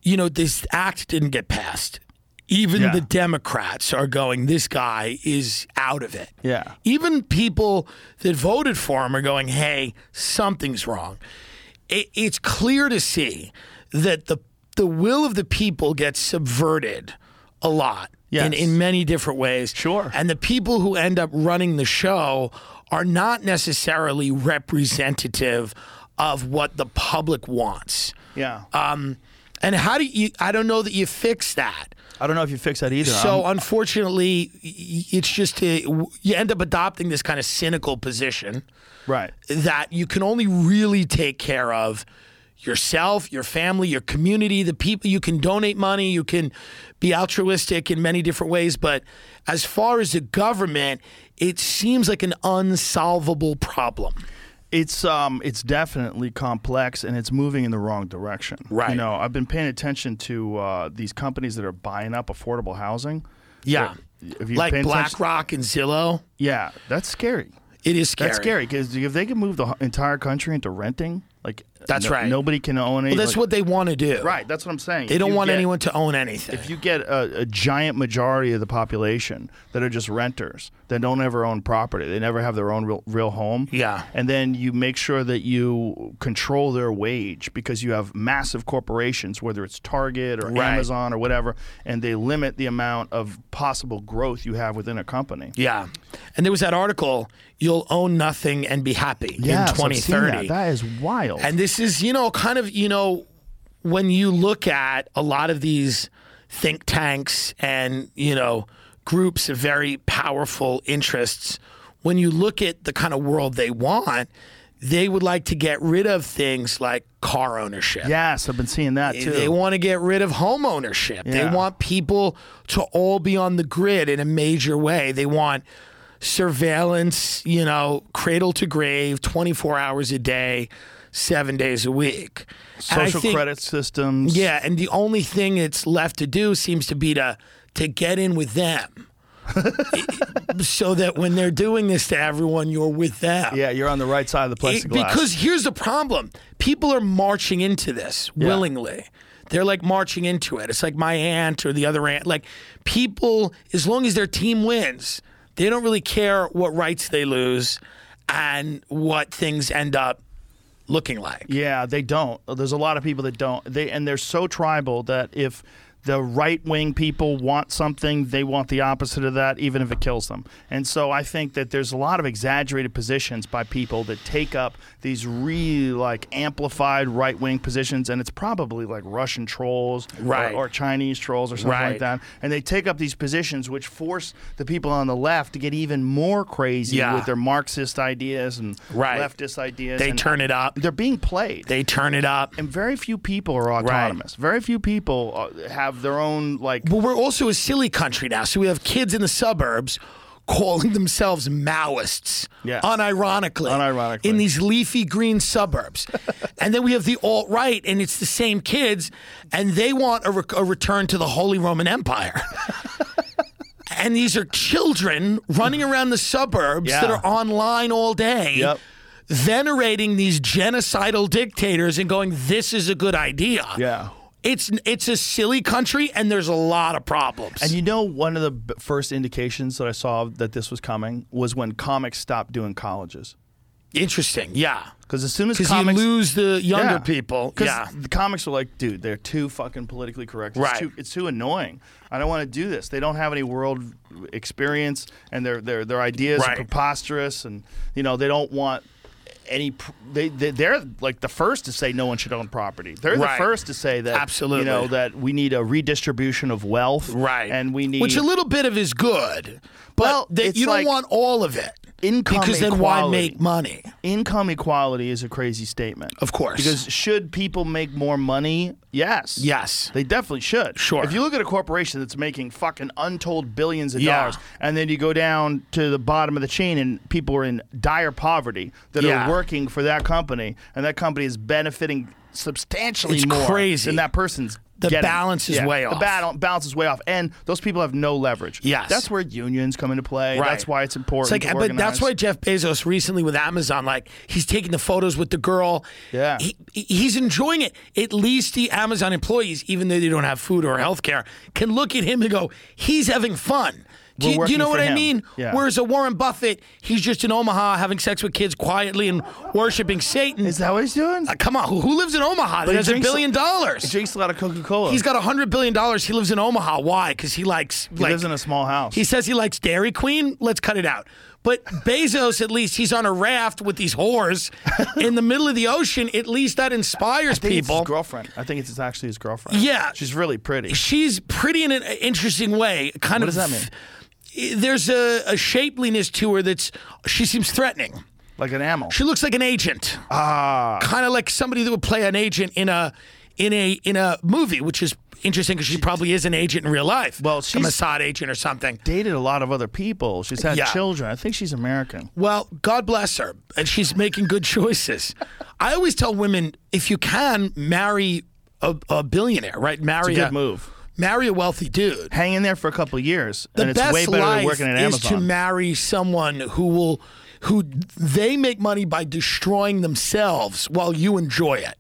S1: you know, this act didn't get passed. Even
S2: Yeah.
S1: the Democrats are going, this guy is out of it.
S2: Yeah.
S1: Even people that voted for him are going, hey, something's wrong. It, it's clear to see that the the will of the people gets subverted a lot in,
S2: Yes.
S1: in many different ways.
S2: Sure.
S1: And the people who end up running the show are not necessarily representative of what the public wants.
S2: Yeah.
S1: uh, And how do you, I don't know that you fix that.
S2: I don't know if you fix that either.
S1: So
S2: I'm-
S1: unfortunately, y- y- it's just a, you end up adopting this kind of cynical position
S2: right.
S1: that you can only really take care of yourself, your family, your community, the people. You can donate money, you can be altruistic in many different ways. But as far as the government, it seems like an unsolvable problem.
S2: It's um it's definitely complex and it's moving in the wrong direction.
S1: Right.
S2: You know, I've been paying attention to uh, these companies that are buying up affordable housing.
S1: Yeah.
S2: If you
S1: Like
S2: paying attention-
S1: BlackRock and Zillow,
S2: Yeah, that's scary.
S1: it is scary.
S2: That's scary because if they can move the h- entire country into renting, like
S1: That's right.
S2: Nobody can own it.
S1: Well, that's
S2: like-
S1: what they want to do.
S2: Right. That's what I'm saying.
S1: They
S2: If
S1: don't
S2: you
S1: want
S2: get-
S1: anyone to own anything.
S2: If you get a, a giant majority of the population that are just renters that don't ever own property, they never have their own real, real home.
S1: Yeah.
S2: And then you make sure that you control their wage because you have massive corporations, whether it's Target or
S1: Right.
S2: Amazon or whatever, and they limit the amount of possible growth you have within a company.
S1: Yeah. And there was that article, You'll Own Nothing and Be Happy in 2030.
S2: That. that is wild.
S1: And this is, you know, kind of, you know, when you look at a lot of these think tanks and, you know, groups of very powerful interests, when you look at the kind of world they want, they would like to get rid of things like car ownership.
S2: yes, I've been seeing that too.
S1: They want to get rid of home ownership.
S2: Yeah.
S1: They want people to all be on the grid in a major way. They want surveillance, you know, cradle to grave, 24 hours a day, seven days a week. And I
S2: Social
S1: think-
S2: credit systems.
S1: Yeah. And the only thing it's left to do seems to be to, to get in with them. so that when they're doing this to everyone, you're with them.
S2: Yeah, you're on the right side of the
S1: It-
S2: plexiglass.
S1: because here's the problem people are marching into this willingly they're like marching into it it's like my aunt or the other aunt like people as long as their team wins they don't really care what rights they lose and what things end up looking like
S2: Yeah, they don't. There's a lot of people that don't. They and they're so tribal that if the right wing people want something, they want the opposite of that, even if it kills them. And so I think that there's a lot of exaggerated positions by people that take up these really like amplified right wing positions, and it's probably like Russian trolls, or-
S1: Right.
S2: or, Chinese trolls, or something like
S1: Right.
S2: that. And they take up these positions, which force the people on the left to get even more crazy
S1: Yeah.
S2: with their Marxist ideas and
S1: Right.
S2: leftist ideas.
S1: they
S2: and
S1: turn it up
S2: They're being played
S1: they turn it up
S2: and very few people are autonomous. Very few people uh, have their own like.
S1: but we're also a silly country now so we have kids in the suburbs calling themselves maoists
S2: Yes.
S1: unironically
S2: Unironically.
S1: in these leafy green suburbs. and then we have the alt right, and it's the same kids, and they want a, re- a return to the Holy Roman Empire. and these are children running around the suburbs that
S2: Yeah.
S1: are online all day.
S2: Yep.
S1: Venerating these genocidal dictators and going, this is a good idea.
S2: Yeah.
S1: It's it's a silly country and there's a lot of problems.
S2: And you know, one of the b- first indications that I saw that this was coming was when comics stopped doing colleges.
S1: Interesting, yeah.
S2: Because as soon as
S1: Because you
S2: comics
S1: lose the younger
S2: Yeah.
S1: people.
S2: 'Cause
S1: Yeah.
S2: the comics are like, dude, they're too fucking politically correct. It's
S1: Right.
S2: Too, it's too annoying. I don't want to do this. They don't have any world experience, and their their their ideas are
S1: Right.
S2: preposterous, and you know they don't want any. pr- They, they they're like the first to say no one should own property. They're
S1: Right.
S2: the first to say that
S1: Absolutely.
S2: You know that we need a redistribution of wealth.
S1: Right.
S2: And we need
S1: Which a little bit of is good. But
S2: Well,
S1: they-
S2: it's
S1: you don't
S2: like
S1: want all of it.
S2: income
S1: Because then why
S2: equality.
S1: make money?
S2: income equality is a crazy statement.
S1: Of course.
S2: Because should people make more money? Yes.
S1: Yes.
S2: They definitely should.
S1: Sure.
S2: If you look at a corporation that's making fucking untold billions of
S1: Yeah.
S2: dollars and then you go down to the bottom of the chain and people are in dire poverty that
S1: Yeah.
S2: are working for that company and that company is benefiting substantially
S1: It's
S2: more
S1: crazy.
S2: than that person's
S1: The
S2: getting.
S1: balance is
S2: Yeah.
S1: way
S2: The
S1: off.
S2: battle, balance is way off. And those people have no leverage.
S1: Yes.
S2: That's where unions come into play.
S1: Right.
S2: That's why it's important.
S1: It's like,
S2: to
S1: but that's
S2: organize.
S1: why Jeff Bezos recently with Amazon, like he's taking the photos with the girl.
S2: Yeah.
S1: He, he's enjoying it. At least the Amazon employees, even though they don't have food or healthcare, can look at him and go, he's having fun. Do you, do you
S2: working
S1: know
S2: for
S1: what I
S2: him.
S1: mean?
S2: Yeah.
S1: Whereas a Warren Buffett, he's just in Omaha having sex with kids quietly and worshiping Satan.
S2: Is that what he's doing?
S1: Uh, come on, who, who lives in Omaha? That
S2: he
S1: has a
S2: drinks-
S1: billion dollars.
S2: He drinks a lot of Coca Cola.
S1: He's got a hundred billion dollars. He lives in Omaha. Why? Because he likes.
S2: He lives in a small house.
S1: He says he likes Dairy Queen. Let's cut it out. But Bezos, at least, he's on a raft with these whores in the middle of the ocean. At least that inspires
S2: I think it's
S1: people.
S2: his girlfriend. I think it's actually his girlfriend.
S1: Yeah.
S2: she's really pretty.
S1: She's pretty in an interesting way. Kind
S2: What
S1: of.
S2: does that mean?
S1: There's a, a shapeliness to her that's. She seems threatening.
S2: Like an animal.
S1: She looks like an agent. Ah. Kind of like somebody that would play an agent in a in a in a movie, which is interesting because she probably is an agent in real life.
S2: Well,
S1: a
S2: she's-
S1: Mossad agent or something.
S2: dated a lot of other people. She's had
S1: Yeah.
S2: children. I think she's American.
S1: Well, God bless her, and she's making good choices. I always tell women if you can marry a, a billionaire, right? Marry
S2: good move.
S1: Marry a wealthy dude.
S2: Hang in there for a couple of years,
S1: The
S2: and it's
S1: best
S2: way better
S1: life
S2: than working at
S1: is to
S2: Amazon.
S1: marry someone who will, who they make money by destroying themselves while you enjoy it,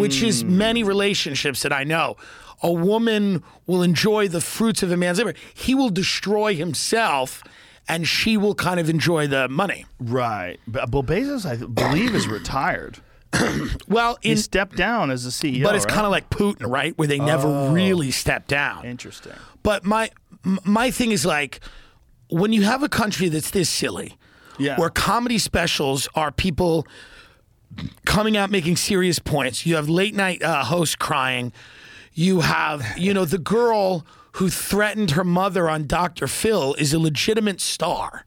S1: which is
S2: Mm.
S1: many relationships that I know. A woman will enjoy the fruits of a man's labor. He will destroy himself, and she will kind of enjoy the money.
S2: right. But, well, Bezos, I believe, is retired.
S1: Well,
S2: He
S1: in
S2: stepped down as the CEO.
S1: but it's
S2: right?
S1: kind of like Putin, right? Where they never really step down.
S2: interesting.
S1: But my m- my thing is like when you have a country that's this silly,
S2: Yeah.
S1: where comedy specials are people coming out making serious points. You have late night uh, hosts crying. You have you know the girl who threatened her mother on Dr. Phil is a legitimate star.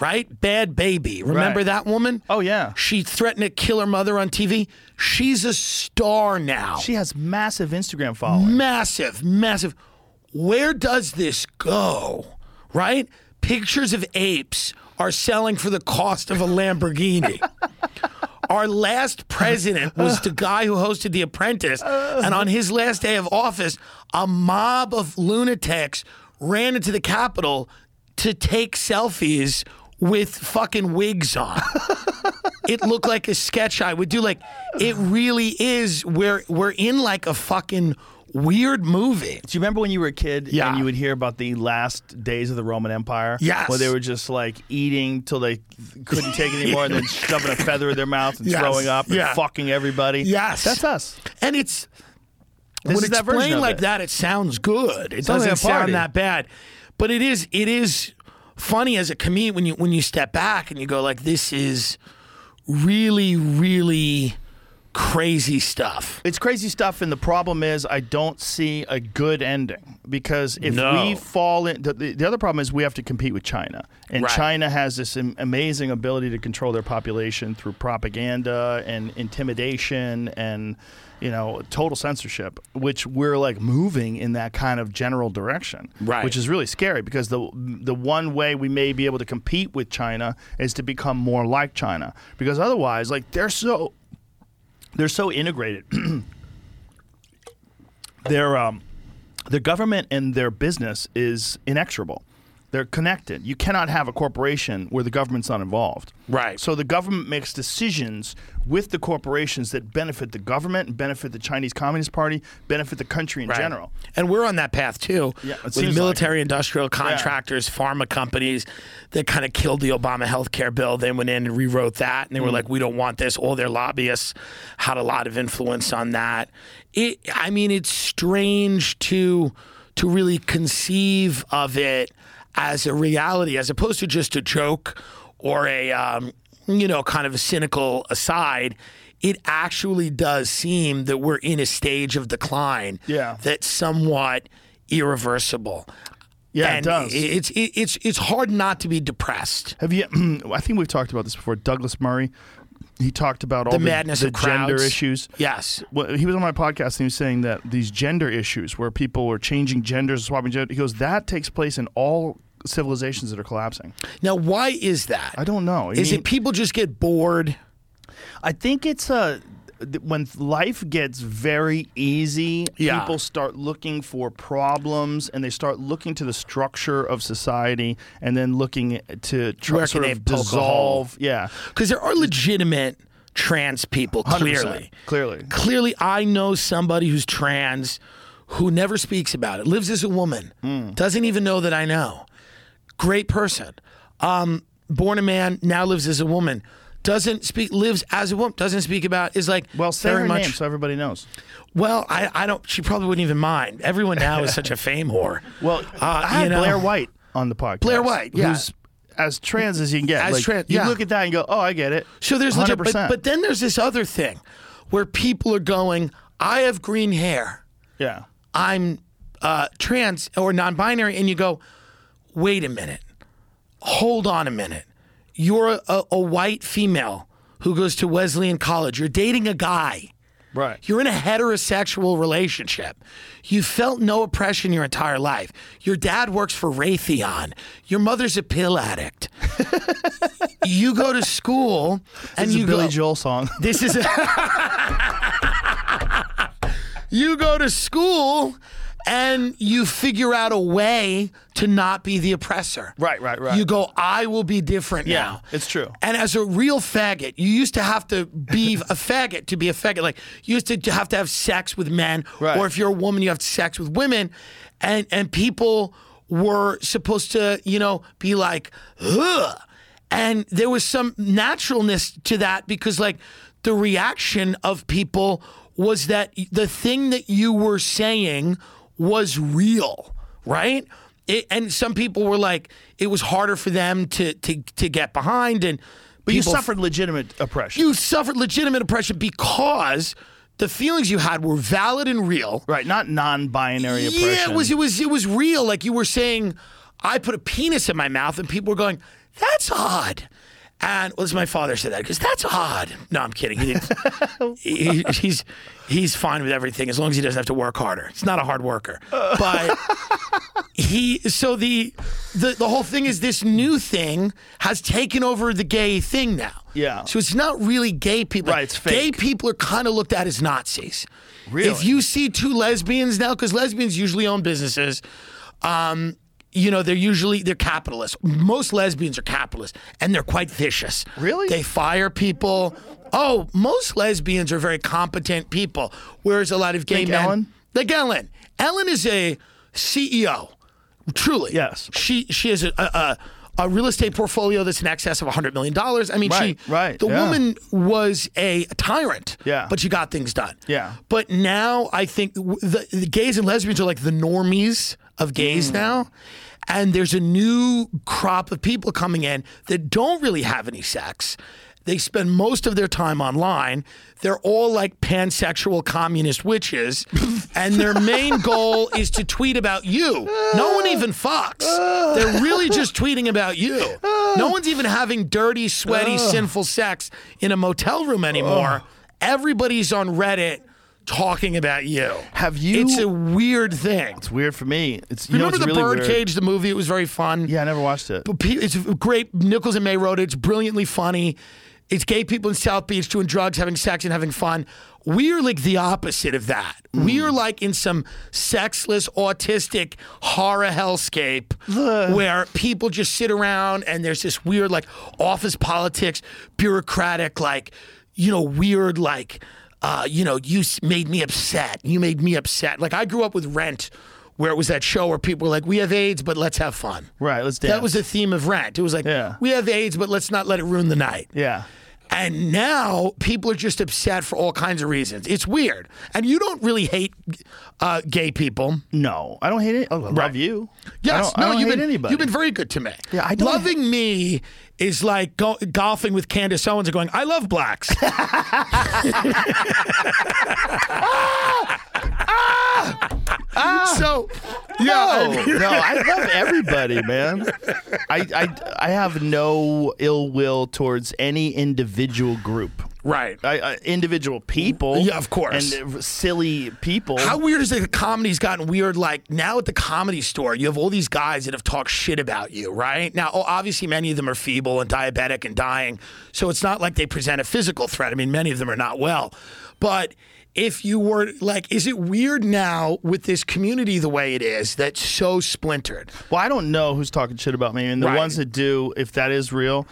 S1: Right? Bad baby. Remember
S2: Right.
S1: that woman?
S2: Oh, yeah.
S1: She threatened to kill her mother on TV. She's a star now
S2: She has massive Instagram following.
S1: massive, massive. Where does this go? Right? Pictures of apes are selling for the cost of a Lamborghini. Our last president was the guy who hosted The Apprentice. And on his last day of office, a mob of lunatics ran into the Capitol to take selfies with fucking wigs on. it looked like a sketch I would do. Like it really is. We're we're in like a fucking weird movie.
S2: Do you remember when you were a kid
S1: Yeah.
S2: and you would hear about the last days of the Roman Empire?
S1: Yes.
S2: Where they were just like eating till they couldn't take it anymore and then shoving a feather in their mouth and
S1: Yes.
S2: throwing up and
S1: Yeah.
S2: fucking everybody?
S1: Yes.
S2: That's us.
S1: And it's
S2: This
S1: when
S2: is that version
S1: explained
S2: of
S1: like
S2: it.
S1: that, it sounds good. It
S2: Sounds like
S1: doesn't
S2: a party.
S1: sound that bad, but it is. It is funny as a comedian when you when you step back and you go like, this is really really crazy stuff.
S2: It's crazy stuff, and the problem is I don't see a good ending because if
S1: No.
S2: we fall in, the, the the other problem is we have to compete with China, and
S1: Right.
S2: China has this am- amazing ability to control their population through propaganda and intimidation and you know total censorship, which we're like moving in that kind of general direction,
S1: Right.
S2: Which is really scary because the the one way we may be able to compete with China is to become more like China because otherwise, like they're so they're so integrated. their um, their government and their business is inexorable. They're connected. You cannot have a corporation where the government's not involved.
S1: Right.
S2: So the government makes decisions with the corporations that benefit the government and benefit the Chinese Communist Party, benefit the country in
S1: Right.
S2: general.
S1: And we're on that path too.
S2: Yeah, it
S1: with
S2: seems
S1: military industrial contractors, pharma companies that kind of killed the Obama health care bill. They went in and rewrote that and they were
S2: Mm.
S1: like, we don't want this. All their lobbyists had a lot of influence on that. It, I mean, it's strange to to really conceive of it as a reality as opposed to just a joke or a um, you know kind of a cynical aside it actually does seem that we're in a stage of decline
S2: Yeah.
S1: that's somewhat irreversible.
S2: Yeah,
S1: and
S2: it does.
S1: It's it, it's it's hard not to be depressed.
S2: Have you? I think we've talked about this before. Douglas Murray, he talked about all
S1: The
S2: the,
S1: madness
S2: the
S1: of crowds.
S2: gender issues.
S1: Yes.
S2: Well, he was on my podcast and he was saying that these gender issues, where people are changing genders, swapping gender, he goes that takes place in all civilizations that are collapsing.
S1: Now, why is that?
S2: I don't know. I
S1: Is
S2: mean-
S1: it people just get bored?
S2: I think it's a th- when life gets very easy,
S1: Yeah.
S2: people start looking for problems and they start looking to the structure of society and then looking to try
S1: Where can
S2: sort
S1: they
S2: of
S1: poke a hole?
S2: dissolve. Yeah,
S1: Because there are legitimate trans people.
S2: 100%.
S1: Clearly,
S2: clearly.
S1: clearly, I know somebody who's
S2: Hmm.
S1: trans who never speaks about it, lives as a woman, doesn't even know that I know. Great person. Um, born a man, now lives as a woman. Doesn't speak, lives as a woman. Doesn't speak about is like
S2: Well, say
S1: very
S2: her
S1: much.
S2: name so everybody knows.
S1: Well, I, I don't. She probably wouldn't even mind. Everyone now is such a fame whore.
S2: Well,
S1: Uh,
S2: I had
S1: you know.
S2: Blair White on the podcast.
S1: Blair White, yeah.
S2: who's as trans as you can get.
S1: As
S2: Like,
S1: tran-
S2: you
S1: yeah.
S2: look at that and go, "Oh, I get it."
S1: So there's legit,
S2: hundred
S1: but,
S2: percent.
S1: but then there's this other thing where people are going, I have green hair,
S2: yeah,
S1: I'm uh, trans or non binary. And you go, wait a minute, hold on a minute. You're a, a, a white female who goes to Wesleyan College, you're dating a guy.
S2: right.
S1: You're in a heterosexual relationship. You felt no oppression your entire life. Your dad works for Raytheon. Your mother's a pill addict. you go to school and
S2: This is
S1: you
S2: a Billy
S1: go.
S2: Joel song.
S1: This is. you go to school and you figure out a way to not be the oppressor.
S2: Right, right, right.
S1: You go, I will be different
S2: Yeah,
S1: now.
S2: it's true.
S1: And as a real faggot, you used to have to be a faggot to be a faggot. Like you used to have to have sex with men,
S2: Right.
S1: or if you're a woman, you have sex with women, and and people were supposed to, you know, be like, ugh. And there was some naturalness to that because, like, the reaction of people was that the thing that you were saying was real, right? It, and some people were like, it was harder for them to to, to get behind, and
S2: but you
S1: people-
S2: suffered legitimate oppression.
S1: You suffered legitimate oppression because the feelings you had were valid and real.
S2: right, not non-binary
S1: Yeah,
S2: oppression.
S1: it was it was it was real. Like you were saying, I put a penis in my mouth, and people were going, "That's odd." And well, it's my father said that because that's odd. No, I'm kidding. He didn't- he- he's he's fine with everything as long as he doesn't have to work harder. He's not a hard worker, but he. So the the the whole thing is this new thing has taken over the gay thing now.
S2: Yeah.
S1: So it's not really gay people.
S2: Right, it's
S1: Gay
S2: fake.
S1: people are kind of looked at as Nazis.
S2: Really?
S1: If you see two lesbians now, because lesbians usually own businesses, um, you know they're usually they're capitalists. Most lesbians are capitalists, and they're quite vicious.
S2: Really?
S1: They fire people. Oh, most lesbians are very competent people, whereas a lot of gay
S2: Think
S1: men.
S2: Ellen?
S1: Like Ellen. Ellen is a CEO. Truly.
S2: Yes.
S1: She she has a. a, a a real estate portfolio that's in excess of $100 million. I mean,
S2: Right,
S1: she,
S2: right,
S1: the
S2: yeah.
S1: woman was a tyrant,
S2: Yeah.
S1: but she got things done.
S2: Yeah.
S1: But now I think w- the, the gays and lesbians are like the normies of gays now. And there's a new crop of people coming in that don't really have any sex. They spend most of their time online. They're all like pansexual communist witches. and their main goal is to tweet about you. No one even fucks. They're really just tweeting about you. No one's even having dirty, sweaty, sinful sex in a motel room anymore. Everybody's on Reddit talking about you.
S2: Have you-
S1: It's a weird thing.
S2: It's weird for me. It's you know
S1: Remember the
S2: what's really weird?
S1: Birdcage, the movie? It was very fun.
S2: Yeah, I never watched it.
S1: Pe- It's great. Nichols and May wrote it. It's brilliantly funny. It's gay people in South Beach doing drugs, having sex, and having fun. We're like the opposite of that.
S2: Hmm.
S1: We're like in some sexless, autistic horror hellscape where people just sit around and there's this weird, like, office politics, bureaucratic, like, you know, weird, like, uh, you know, you s- made me upset. You made me upset. Like, I grew up with Rent, where it was that show where people were like, we have AIDS, but let's have fun.
S2: Right, let's dance.
S1: That was the theme of Rent. It was like,
S2: Yeah.
S1: we have AIDS, but let's not let it ruin the night.
S2: yeah.
S1: And now people are just upset for all kinds of reasons. It's weird. And you don't really hate uh, gay people.
S2: No, I don't hate it. Oh, I love you. I
S1: Yes,
S2: don't, I
S1: no,
S2: don't
S1: you've
S2: hate
S1: been
S2: anybody.
S1: you've been very good to me.
S2: Yeah, I don't-
S1: Loving me is like go- golfing with Candace Owens and going, "I love blacks." So, yeah,
S2: Ah. No, no, I love everybody, man. I, I, I have no ill will towards any individual group.
S1: right.
S2: I, I, individual people.
S1: Yeah, of course.
S2: And uh, silly people.
S1: How weird is it that comedy's gotten weird? Like now at the comedy store, you have all these guys that have talked shit about you, right? Now, oh, obviously, many of them are feeble and diabetic and dying. So it's not like they present a physical threat. I mean, many of them are not well. But if you were like, is it weird now with this community the way it is that's so splintered?
S2: Well, I don't know who's talking shit about me, and the
S1: Right.
S2: ones that do, if that is real,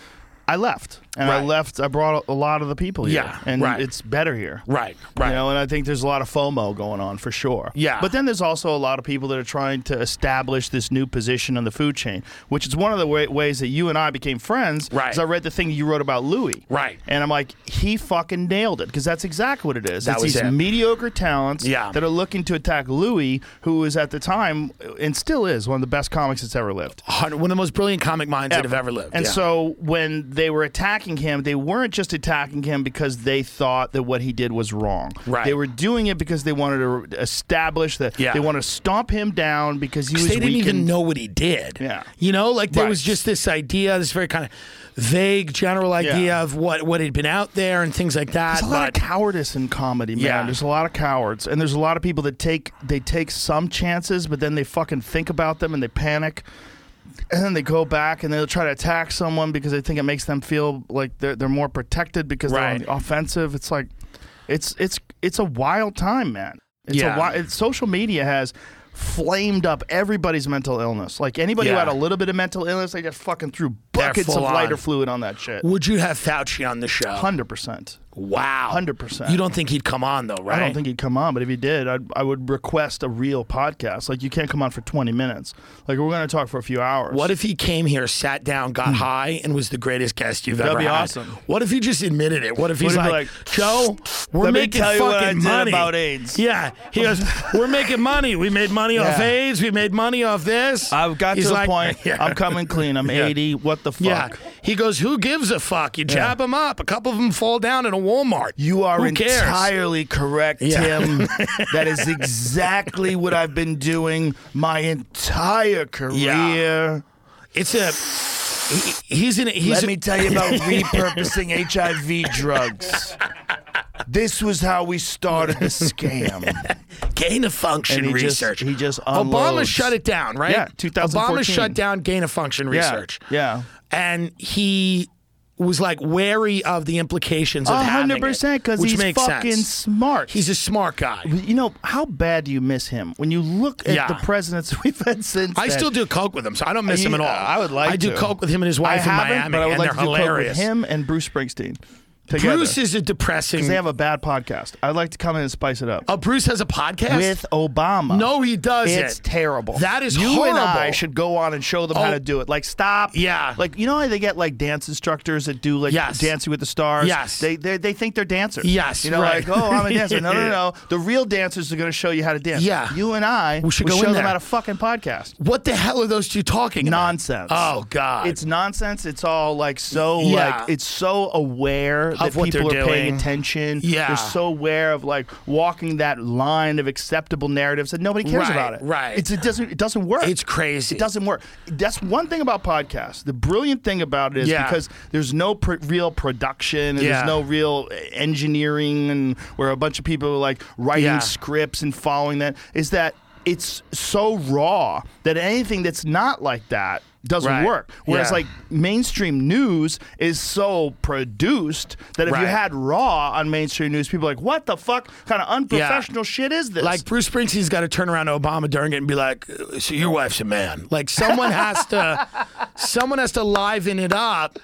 S2: I left. and I
S1: Right.
S2: left. I brought a lot of the people here,
S1: Yeah,
S2: and
S1: right.
S2: it's better here,
S1: Right, right.
S2: You know, and I think there's a lot of FOMO going on for sure.
S1: Yeah.
S2: but then there's also a lot of people that are trying to establish this new position on the food chain, which is one of the wa- ways that you and I became friends.
S1: Right.
S2: is I read the thing you wrote about Louis.
S1: Right.
S2: and I'm like, he fucking nailed it because that's exactly what it is.
S1: That
S2: it's
S1: was
S2: these
S1: it.
S2: mediocre talents
S1: Yeah.
S2: that are looking to attack Louis, who is at the time and still is one of the best comics that's ever lived
S1: Hundred- one of the most brilliant comic minds that have ever lived.
S2: and
S1: yeah.
S2: so when they were attacking him, they weren't just attacking him because they thought that what he did was wrong.
S1: Right.
S2: They were doing it because they wanted to establish that
S1: Yeah.
S2: they want to stomp him down because he was
S1: Because they didn't
S2: weak
S1: even
S2: and-
S1: know what he did.
S2: Yeah.
S1: You know, like there
S2: Right.
S1: was just this idea, this very kind of vague general idea
S2: Yeah.
S1: of what, what had been out there and things like that.
S2: There's a lot of
S1: but-
S2: cowardice in comedy, man.
S1: Yeah.
S2: There's a lot of cowards, and there's a lot of people that take they take some chances, but then they fucking think about them and they panic, and then they go back and they'll try to attack someone because they think it makes them feel like they're they're more protected because they're on
S1: Right.
S2: the offensive. It's like, it's it's it's a wild time, man. It's
S1: Yeah.
S2: a wi- it's, social media has flamed up everybody's mental illness. Like anybody
S1: Yeah.
S2: who had a little bit of mental illness, they just fucking threw
S1: They're
S2: buckets of
S1: full on.
S2: lighter fluid on that shit.
S1: Would you have Fauci on the show?
S2: Hundred percent.
S1: Wow.
S2: 100%.
S1: You don't think he'd come on, though, right?
S2: I don't think he'd come on, but if he did, I'd, I would request a real podcast. Like, you can't come on for 20 minutes. Like, we're going to talk for a few hours.
S1: What if he came here, sat down, got high, and was the greatest guest you've
S2: Hmm. That'd
S1: ever
S2: be
S1: had?
S2: awesome.
S1: What if he just admitted it? What if
S2: What
S1: he's
S2: if
S1: like,
S2: he like,
S1: Joe, we're
S2: "Let me
S1: making
S2: tell you what I
S1: fucking
S2: did
S1: money
S2: about AIDS."
S1: Yeah, he goes, we're making money. We made money off
S2: Yeah.
S1: AIDS. We made money off this.
S2: I've got
S1: He's
S2: to
S1: like-
S2: the point.
S1: Yeah.
S2: I'm coming clean. I'm
S1: Yeah.
S2: 80. What the fuck?
S1: Yeah, he goes. Who gives a fuck? You jab them up. A couple of them fall down in a Walmart.
S2: You are
S1: Who cares?
S2: entirely correct,
S1: Yeah.
S2: Tim. that is exactly what I've been doing my entire career.
S1: It's a. he- he's in. He's
S2: Let
S1: a-
S2: me tell you about repurposing HIV drugs. This was how we started the scam.
S1: gain of function
S2: And he just-
S1: research.
S2: he just
S1: Obama
S2: unloads.
S1: shut it down, right?
S2: Yeah, 2014.
S1: Obama shut down gain of function research.
S2: yeah.
S1: and he was like wary of the implications of
S2: A
S1: having
S2: hundred
S1: it,
S2: percent, because
S1: which
S2: he's
S1: makes
S2: fucking
S1: sense.
S2: smart.
S1: He's a smart guy.
S2: you know how bad do you miss him when you look at
S1: Yeah.
S2: the presidents we've had since.
S1: I
S2: then?
S1: still do coke with him, so I don't miss him
S2: Yeah,
S1: at all.
S2: uh, I would like.
S1: I do
S2: to.
S1: coke with him and his wife
S2: I
S1: in Miami,
S2: haven't, but I would
S1: and
S2: like
S1: they're
S2: to do
S1: hilarious.
S2: coke with him and Bruce Springsteen together.
S1: Bruce is a depressing.
S2: they have a bad podcast. I'd like to come in and spice it up
S1: oh, Bruce has a podcast
S2: with Obama.
S1: No, he doesn't.
S2: It's terrible.
S1: That is
S2: you and I
S1: horrible.
S2: should go on and show them
S1: Oh.
S2: how to do it. Like stop.
S1: Yeah.
S2: Like you know how they get like dance instructors that do like
S1: Yes.
S2: Dancing with the Stars.
S1: Yes.
S2: They they, they think they're dancers.
S1: Yes,
S2: You know
S1: right.
S2: like oh I'm a dancer. No no no. The real dancers are going to show you how to dance.
S1: Yeah.
S2: You and I
S1: We should go
S2: will
S1: in
S2: show them
S1: there.
S2: how to fucking podcast.
S1: What the hell are those two talking about?
S2: Nonsense.
S1: Oh God.
S2: It's nonsense. It's all like so
S1: Yeah.
S2: like it's so aware that
S1: what
S2: people are
S1: they're doing.
S2: paying attention.
S1: Yeah.
S2: They're so aware of like walking that line of acceptable narratives that nobody cares
S1: Right,
S2: about it.
S1: right.
S2: It's it doesn't it doesn't work.
S1: It's crazy.
S2: It doesn't work. That's one thing about podcasts. The brilliant thing about it is
S1: Yeah.
S2: because there's no pr- real production and
S1: Yeah.
S2: there's no real engineering and where a bunch of people are like writing
S1: Yeah.
S2: scripts and following that is that it's so raw that anything that's not like that doesn't
S1: Right.
S2: work. Whereas
S1: Yeah.
S2: like mainstream news is so produced that if you
S1: Right.
S2: had raw on mainstream news, people are like, what the fuck kind of unprofessional shit is this?
S1: Like Bruce Springsteen's got to turn around to Obama during it and be like, "Uh, "So your wife's a man." Like someone has to, someone has to liven it up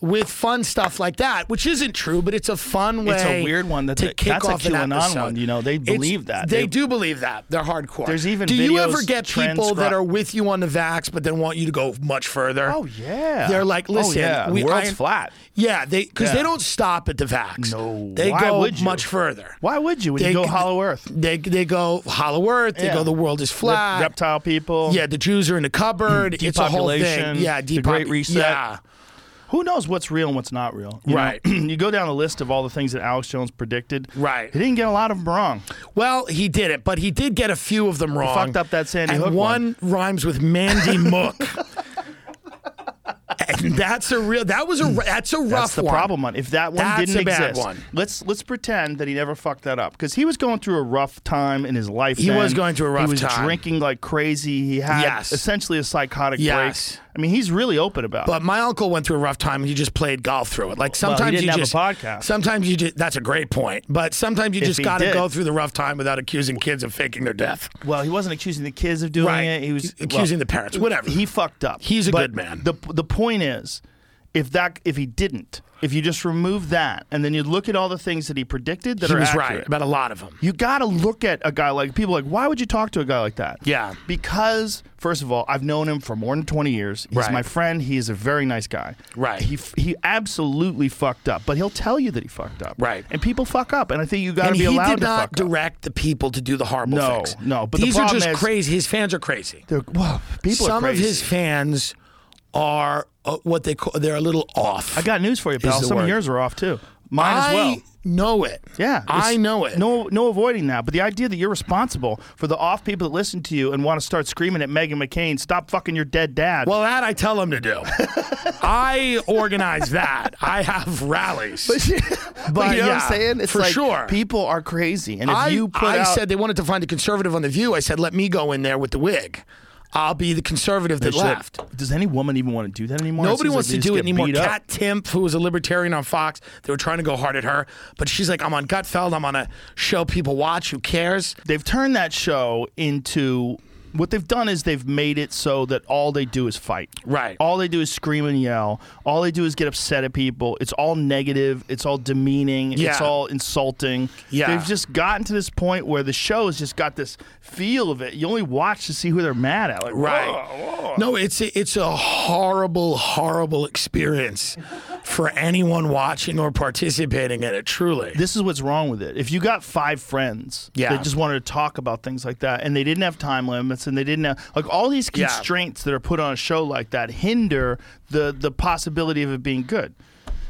S1: with fun stuff like that, which isn't true, but it's a fun way.
S2: It's a weird one that
S1: to
S2: they-
S1: kick
S2: that's a
S1: off an
S2: QAnon
S1: episode.
S2: one, you know, they
S1: It's-
S2: believe that.
S1: They,
S2: They-
S1: do believe that. They're hardcore.
S2: There's even
S1: Do you
S2: videos
S1: ever get people that
S2: transcri-
S1: are with you on the vax but then want you to go much further?
S2: Oh, yeah.
S1: They're like,
S2: Oh,
S1: listen,
S2: yeah.
S1: we,
S2: World's
S1: I-
S2: flat.
S1: Yeah, they because they
S2: Yeah.
S1: don't stop at the vax.
S2: No.
S1: they
S2: Why
S1: go
S2: would you?
S1: much further.
S2: Why would you when
S1: They-
S2: you go hollow earth?
S1: They they go hollow earth. They
S2: Yeah.
S1: go the world is
S2: Rep-
S1: flat.
S2: reptile people.
S1: Yeah, the Jews are in the cupboard. It's a whole thing.
S2: Depopulation,
S1: Yeah,
S2: the Great
S1: depopu-
S2: Reset.
S1: Yeah,
S2: Who knows what's real and what's not real? you know?
S1: Right.
S2: you go down the list of all the things that Alex Jones predicted.
S1: Right.
S2: He didn't get a lot of them wrong.
S1: well, he did it, but he did get a few of them wrong.
S2: fucked up that Sandy
S1: and
S2: Hook
S1: one
S2: one.
S1: rhymes with Mandy Mook. and that's a real. That was a. r- That's a rough
S2: Mm. That's the
S1: one.
S2: problem one. If that one
S1: That's
S2: didn't
S1: a bad
S2: exist,
S1: one.
S2: let's let's pretend that he never fucked that up because he was going through a rough time in his life.
S1: He
S2: then.
S1: was going through a rough
S2: He was
S1: time.
S2: drinking like crazy. He had
S1: Yes.
S2: essentially a psychotic
S1: Yes.
S2: break. I mean, he's really open about.
S1: But my uncle went through a rough time. and He just played golf through it. Like sometimes
S2: didn't
S1: you
S2: have a
S1: just
S2: podcast.
S1: Sometimes you just. That's a great point. But sometimes you
S2: If
S1: just
S2: he
S1: got to
S2: did.
S1: go through the rough time without accusing kids of faking their death.
S2: it. Well, he wasn't accusing the kids of doing
S1: Right.
S2: it. He was
S1: Accusing
S2: well,
S1: the parents. Whatever.
S2: He fucked up.
S1: He's a
S2: But
S1: good man.
S2: The the point is. if that if he didn't, if you just remove that, and then you look at all the things that he predicted that
S1: he
S2: are
S1: was
S2: accurate,
S1: right about a lot of them.
S2: you got to look at a guy like people are like why would you talk to a guy like that?
S1: Yeah.
S2: because first of all, I've known him for more than twenty years. He's
S1: Right.
S2: my friend. He is a very nice guy.
S1: Right.
S2: He f- he absolutely fucked up, but he'll tell you that he fucked up.
S1: Right.
S2: And people fuck up, and I think you got
S1: And
S2: to be
S1: he
S2: allowed
S1: did
S2: to
S1: not
S2: fuck up.
S1: direct the people to do the horrible
S2: No,
S1: things.
S2: no, but the
S1: these are
S2: problem
S1: just
S2: is-
S1: crazy. His fans are crazy.
S2: They're- whoa, people are
S1: Some of
S2: crazy.
S1: his fans are uh, what they call they're a little off.
S2: I got news for you, pal.
S1: the
S2: Some of
S1: word.
S2: yours are off too. Mine as well.
S1: I know it.
S2: Yeah, it's-
S1: I know it.
S2: No, no avoiding that. But the idea that you're responsible for the off people that listen to you and want to start screaming at Megan McCain, "Stop fucking your dead dad."
S1: Well, that I tell them to do. I organize that. I have rallies.
S2: but you know what
S1: yeah,
S2: I'm saying? It's
S1: for
S2: like
S1: sure.
S2: people are crazy, and if
S1: I,
S2: you put
S1: I
S2: out,
S1: said they wanted to find a conservative on the View. I said, let me go in there with the wig. I'll be the conservative that
S2: They should-
S1: left.
S2: Does any woman even want to do that anymore? It
S1: Nobody
S2: seems
S1: wants to
S2: like they
S1: do it
S2: just get
S1: anymore.
S2: beat up.
S1: Kat Timpf, who was a libertarian on Fox, they were trying to go hard at her, but she's like, "I'm on Gutfeld. I'm on a show people watch. Who cares?"
S2: They've turned that show into. What they've done is they've made it so that all they do is fight.
S1: Right.
S2: All they do is scream and yell. All they do is get upset at people. It's all negative. It's all demeaning. It's
S1: Yeah.
S2: all insulting.
S1: Yeah.
S2: They've just gotten to this point where the show has just got this feel of it. You only watch to see who they're mad at. Like,
S1: Right.
S2: whoa.
S1: No, it's a, it's a horrible, horrible experience for anyone watching or participating in it. Truly,
S2: This is what's wrong with it. If you got five friends
S1: Yeah.
S2: that just wanted to talk about things like that and they didn't have time limits and they didn't have like all these
S1: Yeah.
S2: constraints that are put on a show like that hinder the the possibility of it being good.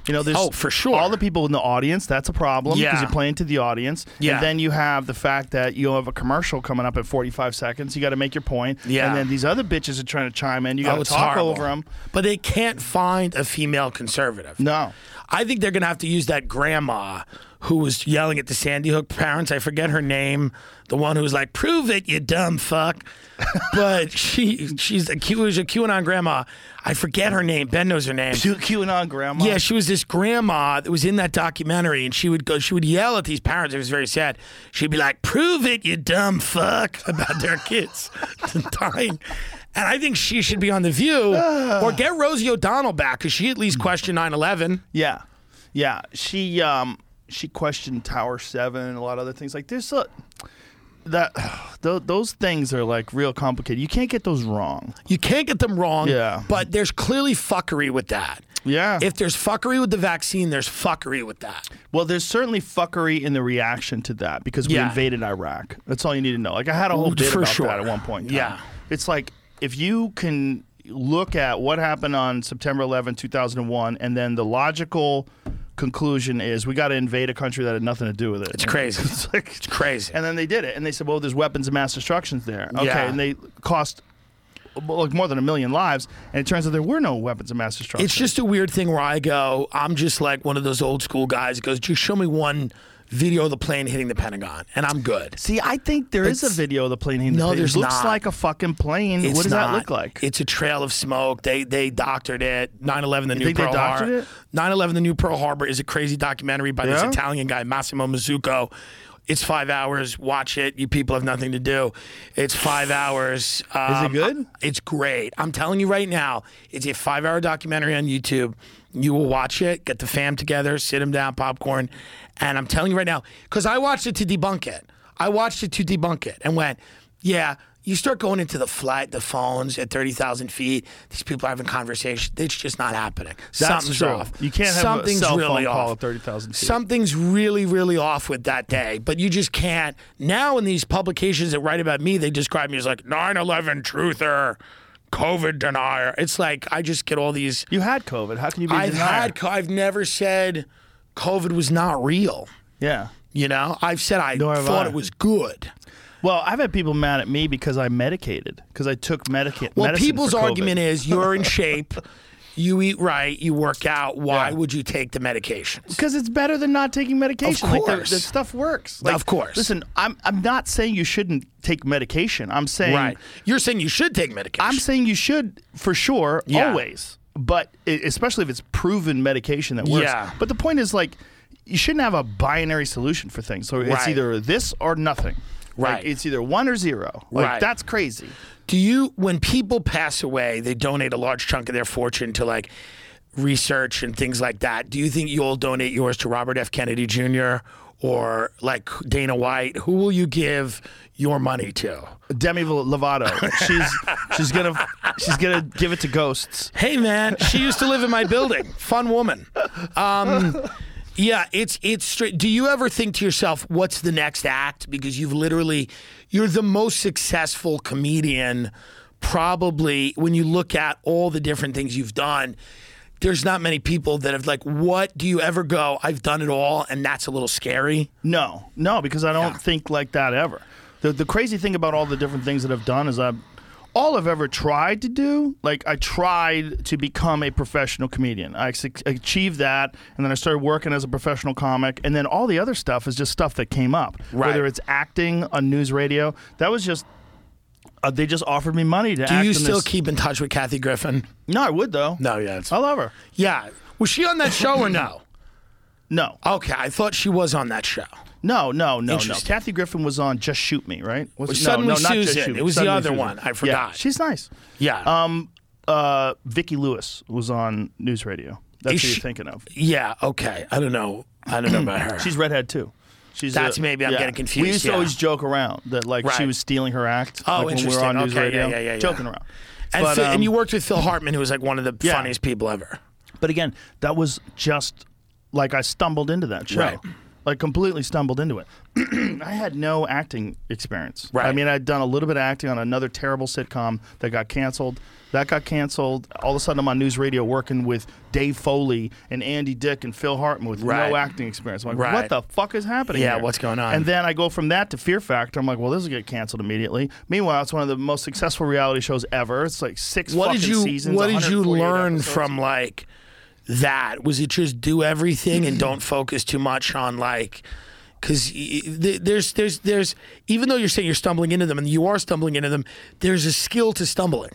S2: You know, there's
S1: Oh, for sure.
S2: all the people in the audience, that's a problem because
S1: Yeah.
S2: you're playing to the audience.
S1: Yeah.
S2: And then you have the fact that you have a commercial coming up at 45 seconds. You got to make your point.
S1: Yeah.
S2: And then these other bitches are trying to chime in. You got
S1: Oh,
S2: to
S1: it's
S2: talk
S1: horrible.
S2: over 'em. over them.
S1: But they can't find a female conservative.
S2: No.
S1: I think they're going to have to use that grandma who was yelling at the Sandy Hook parents. I forget her name, the one who was like, "Prove it, you dumb fuck." but she she's a Q was a QAnon grandma. I forget her name. Ben knows her name.
S2: Q- QAnon grandma.
S1: Yeah, she was this grandma that was in that documentary, and she would go, she would yell at these parents. It was very sad. She'd be like, "Prove it, you dumb fuck!" about their kids dying. And I think she should be on the View, or get Rosie O'Donnell back because she at least questioned 9/11.
S2: Yeah, yeah. She um she questioned Tower Seven and a lot of other things. Like there's a that tho- those things are like real complicated. You can't get those wrong.
S1: You can't get them wrong.
S2: Yeah.
S1: But there's clearly fuckery with that.
S2: Yeah.
S1: If there's fuckery with the vaccine, there's fuckery with that.
S2: well, there's certainly fuckery in the reaction to that because we
S1: Yeah.
S2: invaded Iraq. That's all you need to know. Like I had a whole
S1: Ooh,
S2: bit
S1: for
S2: about
S1: sure.
S2: that at one point. in time.
S1: Yeah.
S2: It's like if you can look at what happened on September 11, 2001 and then the logical conclusion is we got to invade a country that had nothing to do with it.
S1: It's crazy.
S2: it's like
S1: It's crazy.
S2: And then they did it, and they said, "Well, there's weapons of mass destruction there." Okay,
S1: Yeah.
S2: and they cost well, like more than a million lives, and it turns out there were no weapons of mass destruction.
S1: It's just a weird thing where I go, I'm just like one of those old school guys. that Goes, just show me one video of the plane hitting the Pentagon, and I'm good.
S2: see, I think there is
S1: It's-
S2: a video of the plane. hitting the
S1: No,
S2: thing.
S1: there's
S2: it looks
S1: not.
S2: like a fucking plane.
S1: It's
S2: what does
S1: not.
S2: that look like?
S1: It's a trail of smoke. They they doctored it. 9/11 the new
S2: think they
S1: Pearl
S2: doctored
S1: Harbor.
S2: it?
S1: 9/11 the new Pearl Harbor is a crazy documentary by this
S2: Yeah?
S1: Italian guy Massimo Mazzucco. It's five hours. Watch it. You people have nothing to do. It's five hours. Um,
S2: good?
S1: It's great. I'm telling you right now. It's a five hour documentary on YouTube. You will watch it. Get the fam together. Sit them down. Popcorn. And I'm telling you right now because I watched it to debunk it. I watched it to debunk it and went, yeah. You start going into the flight, the phones at thirty thousand feet. These people are having conversation. It's just not happening. Something's
S2: true.
S1: off.
S2: You can't have a
S1: Something's
S2: cell phone
S1: really
S2: call
S1: off.
S2: at 30,000 feet.
S1: Something's really, really off with that day, but you just can't. Now, in these publications that write about me, they describe me as like 9 11 truther, COVID denier. It's like I just get all these.
S2: you had COVID. How can you be? a
S1: I've
S2: denier?
S1: had, co- I've never said COVID was not real.
S2: Yeah.
S1: You know, I've said I
S2: Nor have
S1: thought
S2: I.
S1: it was good.
S2: Well, I've had people mad at me because I medicated because I took medica- medicine.
S1: Well, people's
S2: for COVID.
S1: argument is you're in shape, you eat right, you work out. Why
S2: Yeah.
S1: would you take the medications?
S2: Because it's better than not taking medication.
S1: Of
S2: Like, the-
S1: course.
S2: the stuff works.
S1: Of course.
S2: Listen, I'm I'm not saying you shouldn't take medication. I'm saying
S1: Right. You're saying you should take medication.
S2: I'm saying you should for sure
S1: Yeah.
S2: always, but e- especially if it's proven medication that works.
S1: Yeah.
S2: But the point is like. You shouldn't have a binary solution for things. So it's
S1: Right.
S2: either this or nothing. Like,
S1: Right.
S2: it's either one or zero. Like
S1: Right.
S2: that's crazy.
S1: Do you, when people pass away, they donate a large chunk of their fortune to like research and things like that, do you think you'll donate yours to Robert F. Kennedy Jr. or like Dana White? Who will you give your money to?
S2: Demi Lovato. She's she's gonna she's gonna give it to ghosts.
S1: Hey man, she used to live in my building. Fun woman. Um, yeah, it's it's straight. Do you ever think to yourself, what's the next act? Because you've literally, you're the most successful comedian, probably when you look at all the different things you've done. There's not many people that have like, what do you ever go? I've done it all, and that's a little scary.
S2: No, no, because I don't think like that ever. The the crazy thing about all the different things that I've done is I've all I've ever tried to do, like I tried to become a professional comedian. I ac- achieved that, and then I started working as a professional comic, and then all the other stuff is just stuff that came up.
S1: Right.
S2: Whether it's acting on news radio, that was just uh, they just offered me money to
S1: Do
S2: act.
S1: you
S2: in
S1: still
S2: this-
S1: keep in touch with Kathy Griffin?
S2: No, I would though.
S1: No, yeah, it's-
S2: I love her.
S1: Yeah, was she on that show or no?
S2: No,
S1: Okay, I thought she was on that show.
S2: No, no, no, no.
S1: Interesting.
S2: Kathy Griffin was on Just Shoot Me, right?
S1: Well,
S2: Was, no,
S1: Suddenly
S2: no, not
S1: Susan.
S2: Just Shoot Me.
S1: It was the
S2: Suddenly
S1: other
S2: Susan.
S1: one. I forgot.
S2: Yeah, she's nice.
S1: Yeah.
S2: Um, uh, Vicky Lewis was on News Radio. That's
S1: Is
S2: who
S1: she-
S2: you're thinking of.
S1: Yeah. Okay. I don't know. I don't know about her.
S2: She's redhead too. She's
S1: That's
S2: a-
S1: maybe I'm
S2: yeah.
S1: getting confused,
S2: We used
S1: yeah.
S2: to always joke around that like she
S1: Right.
S2: was stealing her act.
S1: Oh,
S2: like, When we
S1: interesting.
S2: were on News
S1: Okay,
S2: Radio,
S1: yeah, yeah, yeah, yeah.
S2: joking around.
S1: and,
S2: but,
S1: Phil,
S2: um,
S1: and you worked with Phil Hartman, who was like one of the
S2: Yeah.
S1: funniest people ever.
S2: But again, that was just like I stumbled into that show.
S1: Right.
S2: Like completely stumbled into it. I had no acting experience.
S1: Right.
S2: I mean, I'd done a little bit of acting on another terrible sitcom that got canceled. That got canceled. All of a sudden, I'm on news radio working with Dave Foley and Andy Dick and Phil Hartman with
S1: Right.
S2: no acting experience. I'm like,
S1: Right.
S2: what the fuck is happening?
S1: Yeah,
S2: here?
S1: what's going on?
S2: And then I go from that to Fear Factor. I'm like, well, this will get canceled immediately. Meanwhile, it's one of the most successful reality shows ever. It's like six
S1: What
S2: fucking
S1: did you
S2: seasons.
S1: What did you
S2: 148
S1: learn
S2: episodes.
S1: from like that? Was it just do everything and don't focus too much on like? Because there's there's there's even though you're saying you're stumbling into them and you are stumbling into them, there's a skill to stumbling,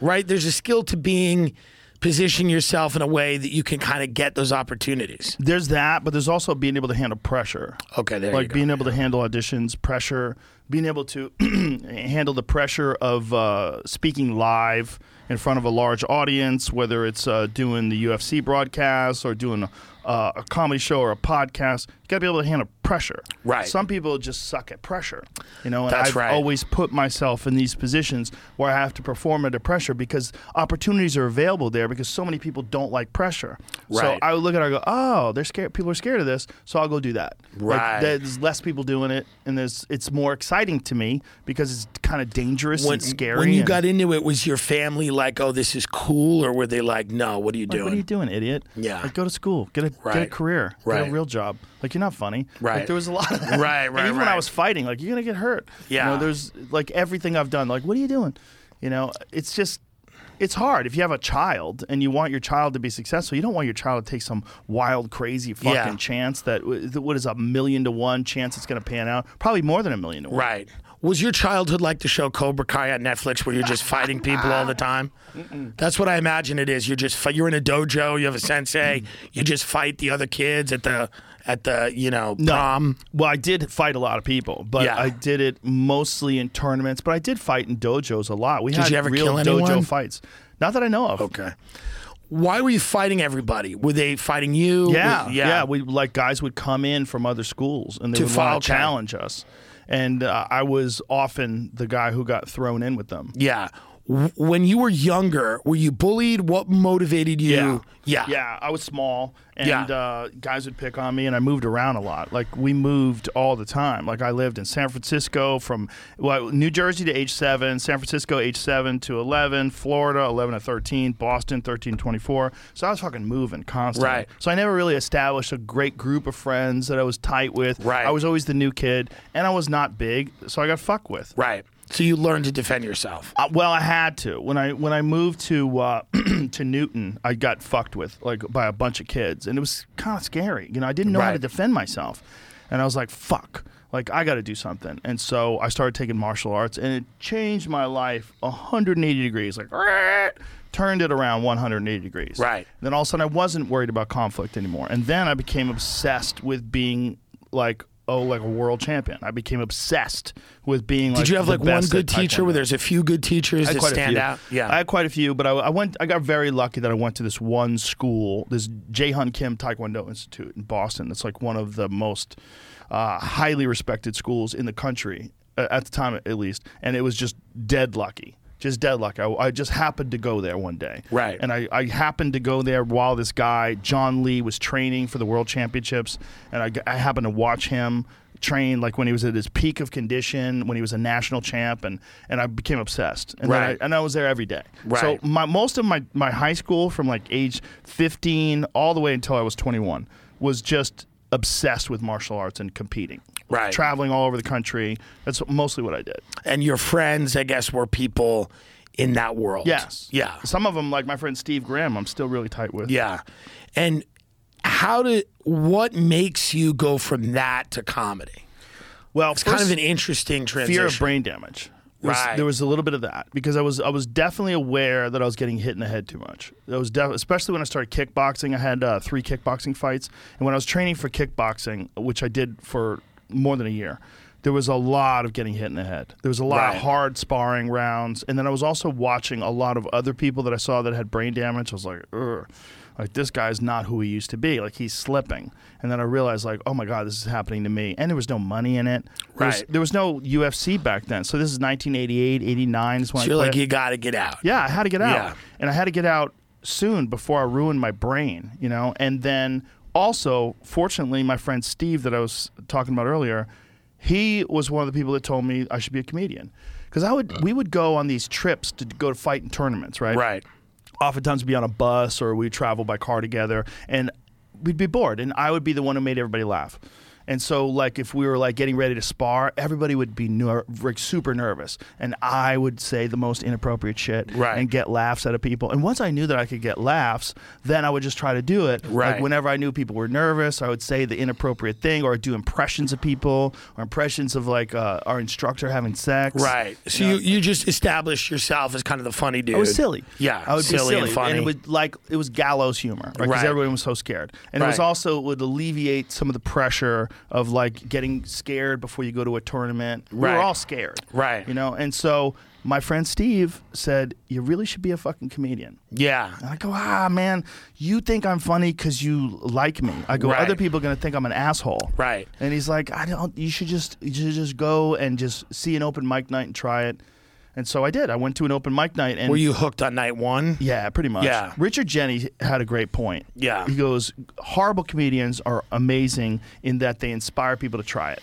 S1: right? There's a skill to being positioning yourself in a way that you can kind of get those opportunities.
S2: There's that, but there's also being able to handle pressure.
S1: Okay, there you
S2: like
S1: go.
S2: being able to handle auditions, pressure, being able to handle the pressure of uh, speaking live in front of a large audience, whether it's uh, doing the UFC broadcast or doing uh, a comedy show or a podcast. You got to be able to handle pressure.
S1: Right.
S2: Some people just suck at pressure. You know, and
S1: That's
S2: I've
S1: right.
S2: always put myself in these positions where I have to perform under pressure because opportunities are available there because so many people don't like pressure. So
S1: Right.
S2: I would look at it and go, oh, they're scared. People are scared of this, so I'll go do that. Like,
S1: Right.
S2: there's less people doing it, and there's it's more exciting to me because it's kind of dangerous and scary.
S1: When you
S2: and-
S1: got into it, was your family like, "Oh, this is cool," or were they like, "No, what are you
S2: like,
S1: doing?"
S2: what are you doing, idiot?
S1: Yeah.
S2: Like, go to school, get a get a
S1: Right.
S2: career, get
S1: Right.
S2: a real job. Like, you're not funny.
S1: Right.
S2: Like, there was a lot of that.
S1: Right,
S2: Like,
S1: right,
S2: even when
S1: right.
S2: I was fighting, like, you're gonna get hurt.
S1: Yeah.
S2: You know, there's like everything I've done. Like, what are you doing? You know, it's just. It's hard if you have a child and you want your child to be successful. You don't want your child to take some wild, crazy fucking
S1: Yeah.
S2: chance that that- what is a million to one chance it's going to pan out? Probably more than a million to one.
S1: Right. Was your childhood like the show Cobra Kai on Netflix, where you're just fighting people all the time? That's what I imagine it is. You're just fi- you're in a dojo. You have a
S2: Mm.
S1: sensei. You just fight the other kids at the at the you know prom.
S2: Well, I did fight a lot of people, but
S1: Yeah.
S2: I did it mostly in tournaments. But I did fight in dojos a lot. We had
S1: you ever kill
S2: real dojo
S1: anyone?
S2: fights. Not that I know of.
S1: Okay. Why were you fighting everybody? Were they fighting you?
S2: Yeah,
S1: Was-
S2: yeah. We like guys would come in from other schools and they
S1: To
S2: would
S1: follow-
S2: want to challenge us, and uh, I was often the guy who got thrown in with them.
S1: yeah. W- When you were younger, were you bullied? What motivated you?
S2: yeah. I was small, and
S1: Yeah.
S2: uh, guys would pick on me, and I moved around a lot. Like we moved all the time. Like I lived in San Francisco from well, New Jersey to age seven, San Francisco age seven to eleven, Florida eleven to thirteen, Boston thirteen to twenty four. So I was fucking moving constantly.
S1: Right.
S2: So I never really established a great group of friends that I was tight with.
S1: Right.
S2: I was always the new kid, and I was not big, so I got fucked with.
S1: Right. So you learned to defend yourself.
S2: Uh, well, I had to when I when I moved to uh, to Newton, I got fucked with like by a bunch of kids, and it was kind of scary. You know, I didn't know how to
S1: Right.
S2: defend myself, and I was like, "Fuck!" Like I got to do something, and so I started taking martial arts, and it changed my life 180 degrees. Like, turned it around 180 degrees.
S1: Right.
S2: Then all of a sudden, I wasn't worried about conflict anymore, and then I became obsessed with being like oh like a world champion. I became obsessed with being. like
S1: Did you have
S2: the
S1: like one
S2: best
S1: good
S2: at taekwondo.
S1: teacher where there's a few good teachers that
S2: I had quite a
S1: stand
S2: few.
S1: out? Yeah.
S2: I had quite a few, but I, I went. I got very lucky that I went to this one school, this Jae Hun Kim Taekwondo Institute in Boston. That's like one of the most uh, highly respected schools in the country uh, at the time, at least. And it was just dead lucky, just dead lucky. I, I just happened to go there one day,
S1: Right.
S2: And I, I happened to go there while this guy John Lee was training for the World Championships, and I, g- I happened to watch him train like when he was at his peak of condition, when he was a national champ, and and I became obsessed. And then I-
S1: Right.
S2: and I was there every day.
S1: Right.
S2: So my most of my my high school from like age 15 all the way until I was 21 was just obsessed with martial arts and competing.
S1: Right.
S2: Traveling all over the country. That's mostly what I did.
S1: and your friends, I guess, were people in that world.
S2: Yes.
S1: Yeah.
S2: Some of them like my friend Steve Graham, I'm still really tight with.
S1: Yeah. And how did what makes you go from that to comedy?
S2: Well,
S1: It's kind of
S2: first-
S1: an interesting transition.
S2: fear of brain damage. There was-
S1: Right.
S2: There was a little bit of that because I was I was definitely aware that I was getting hit in the head too much. I was def- especially when I started kickboxing. I had uh, three kickboxing fights, and when I was training for kickboxing, which I did for more than a year, there was a lot of getting hit in the head. There was a lot
S1: Right.
S2: of hard sparring rounds, and then I was also watching a lot of other people that I saw that had brain damage. I was like, Ugh. like this guy's not who he used to be. Like he's slipping, and then I realized like, oh my god, this is happening to me. And there was no money in it. There was-
S1: Right.
S2: there was no UFC back then. So this is 1988, 89 is when
S1: So
S2: I
S1: you're like,
S2: quit.
S1: you got to get out.
S2: yeah, I had to get out.
S1: Yeah.
S2: And I had to get out soon before I ruined my brain, you know? And then also, fortunately, my friend Steve that I was talking about earlier, he was one of the people that told me I should be a comedian. Because I would, we would go on these trips to go to fight in tournaments, right?
S1: Right.
S2: oftentimes be on a bus or we'd travel by car together and we'd be bored and I would be the one who made everybody laugh. And so like if we were like getting ready to spar, everybody would be ner- like super nervous and I would say the most inappropriate shit
S1: Right.
S2: and get laughs out of people. And once I knew that I could get laughs, then I would just try to do it.
S1: Right.
S2: Like whenever I knew people were nervous, I would say the inappropriate thing or I'd do impressions of people or impressions of like uh, our instructor having sex.
S1: Right. So you, you just established yourself as kind of the funny dude.
S2: I was silly.
S1: Yeah.
S2: I would
S1: silly,
S2: be silly
S1: and funny.
S2: it would like it was gallows humor, right? Because
S1: Right.
S2: everyone was so scared, and it was
S1: Right.
S2: also it would alleviate some of the pressure of like getting scared before you go to a tournament. We
S1: Right.
S2: were all scared,
S1: Right.
S2: You know, and so my friend Steve said, "You really should be a fucking comedian."
S1: yeah.
S2: And I go, ah, man, you think I'm funny because you like me. I go,
S1: Right.
S2: other people are gonna think I'm an asshole.
S1: Right.
S2: And he's like, I don't. You should just, you should just go and just see an open mic night and try it. And so I did. I went to an open mic night and
S1: Were you hooked on night one?
S2: yeah, pretty much.
S1: Yeah.
S2: Richard Jenny had a great point.
S1: Yeah.
S2: He goes, horrible comedians are amazing in that they inspire people to try it.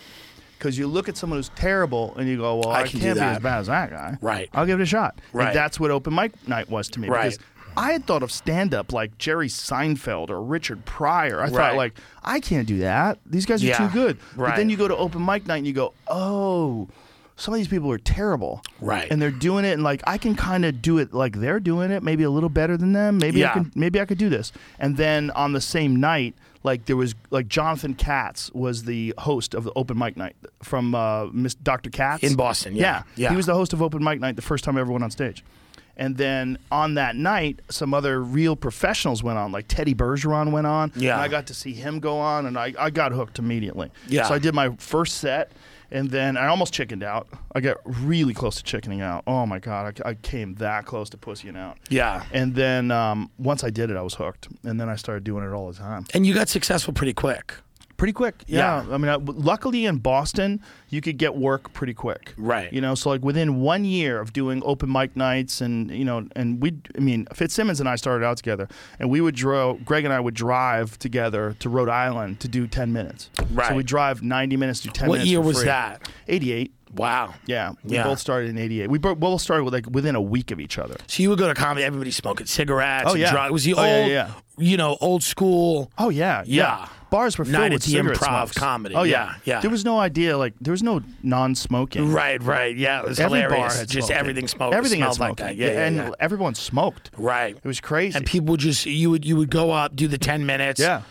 S2: Because you look at someone who's terrible and you go, well,
S1: I
S2: I,
S1: can do
S2: not be
S1: that.
S2: as bad as that guy.
S1: Right.
S2: I'll give it a shot.
S1: Right.
S2: And that's what open mic night was to me.
S1: Right.
S2: Because I had thought of stand up like Jerry Seinfeld or Richard Pryor. I
S1: Right.
S2: thought, like, I can't do that. These guys are
S1: Yeah.
S2: too good. But
S1: Right.
S2: then you go to open mic night and you go, oh, some of these people are terrible.
S1: Right.
S2: And they're doing it and like I can kind of do it like they're doing it, maybe a little better than them. Maybe
S1: Yeah.
S2: I can maybe I could do this. And then on the same night, like there was like Jonathan Katz was the host of the open mic night from uh, Miss Dr. Katz
S1: In Boston, yeah. Yeah.
S2: He was the host of open mic night the first time I ever went on stage. And then on that night, some other real professionals went on, like Teddy Bergeron went on.
S1: Yeah.
S2: And I got to see him go on, and I, I got hooked immediately.
S1: Yeah.
S2: So I did my first set, and then I almost chickened out. I got really close to chickening out. Oh my god, I, I came that close to pussying out.
S1: Yeah.
S2: And then um, once I did it, I was hooked, and then I started doing it all the time.
S1: And you got successful pretty quick.
S2: Pretty quick, yeah. I mean, I, luckily in Boston, you could get work pretty quick,
S1: Right.
S2: You know, so like within one year of doing open mic nights, and you know, and we, I mean, Fitzsimmons and I started out together, and we would draw. Greg and I would drive together to Rhode Island to do ten minutes.
S1: Right.
S2: So we drive ninety minutes to ten.
S1: What
S2: minutes
S1: year
S2: for
S1: was
S2: free.
S1: that?
S2: Eighty-eight.
S1: Wow.
S2: Yeah, we
S1: Yeah.
S2: both started in '88. We bo- both started with like within a week of each other.
S1: So you would go to comedy, everybody smoking cigarettes.
S2: Oh,
S1: and
S2: yeah.
S1: drug- It was the
S2: Oh,
S1: old,
S2: yeah, yeah.
S1: you know, old school.
S2: Oh yeah, yeah.
S1: Yeah.
S2: Bars were filled
S1: Night at
S2: with
S1: the
S2: cigarette
S1: improv
S2: smokes.
S1: comedy.
S2: Oh
S1: Yeah,
S2: yeah.
S1: yeah.
S2: There was no idea like there was no non-smoking.
S1: Right, right. Yeah, it was
S2: Every
S1: hilarious.
S2: bar had
S1: Just
S2: smoking.
S1: everything smoked.
S2: Everything had
S1: smelled like
S2: smoking.
S1: that. Yeah, yeah,
S2: and
S1: yeah.
S2: everyone smoked.
S1: Right.
S2: It was crazy.
S1: And people would just you would you would go up, do the ten minutes,
S2: yeah.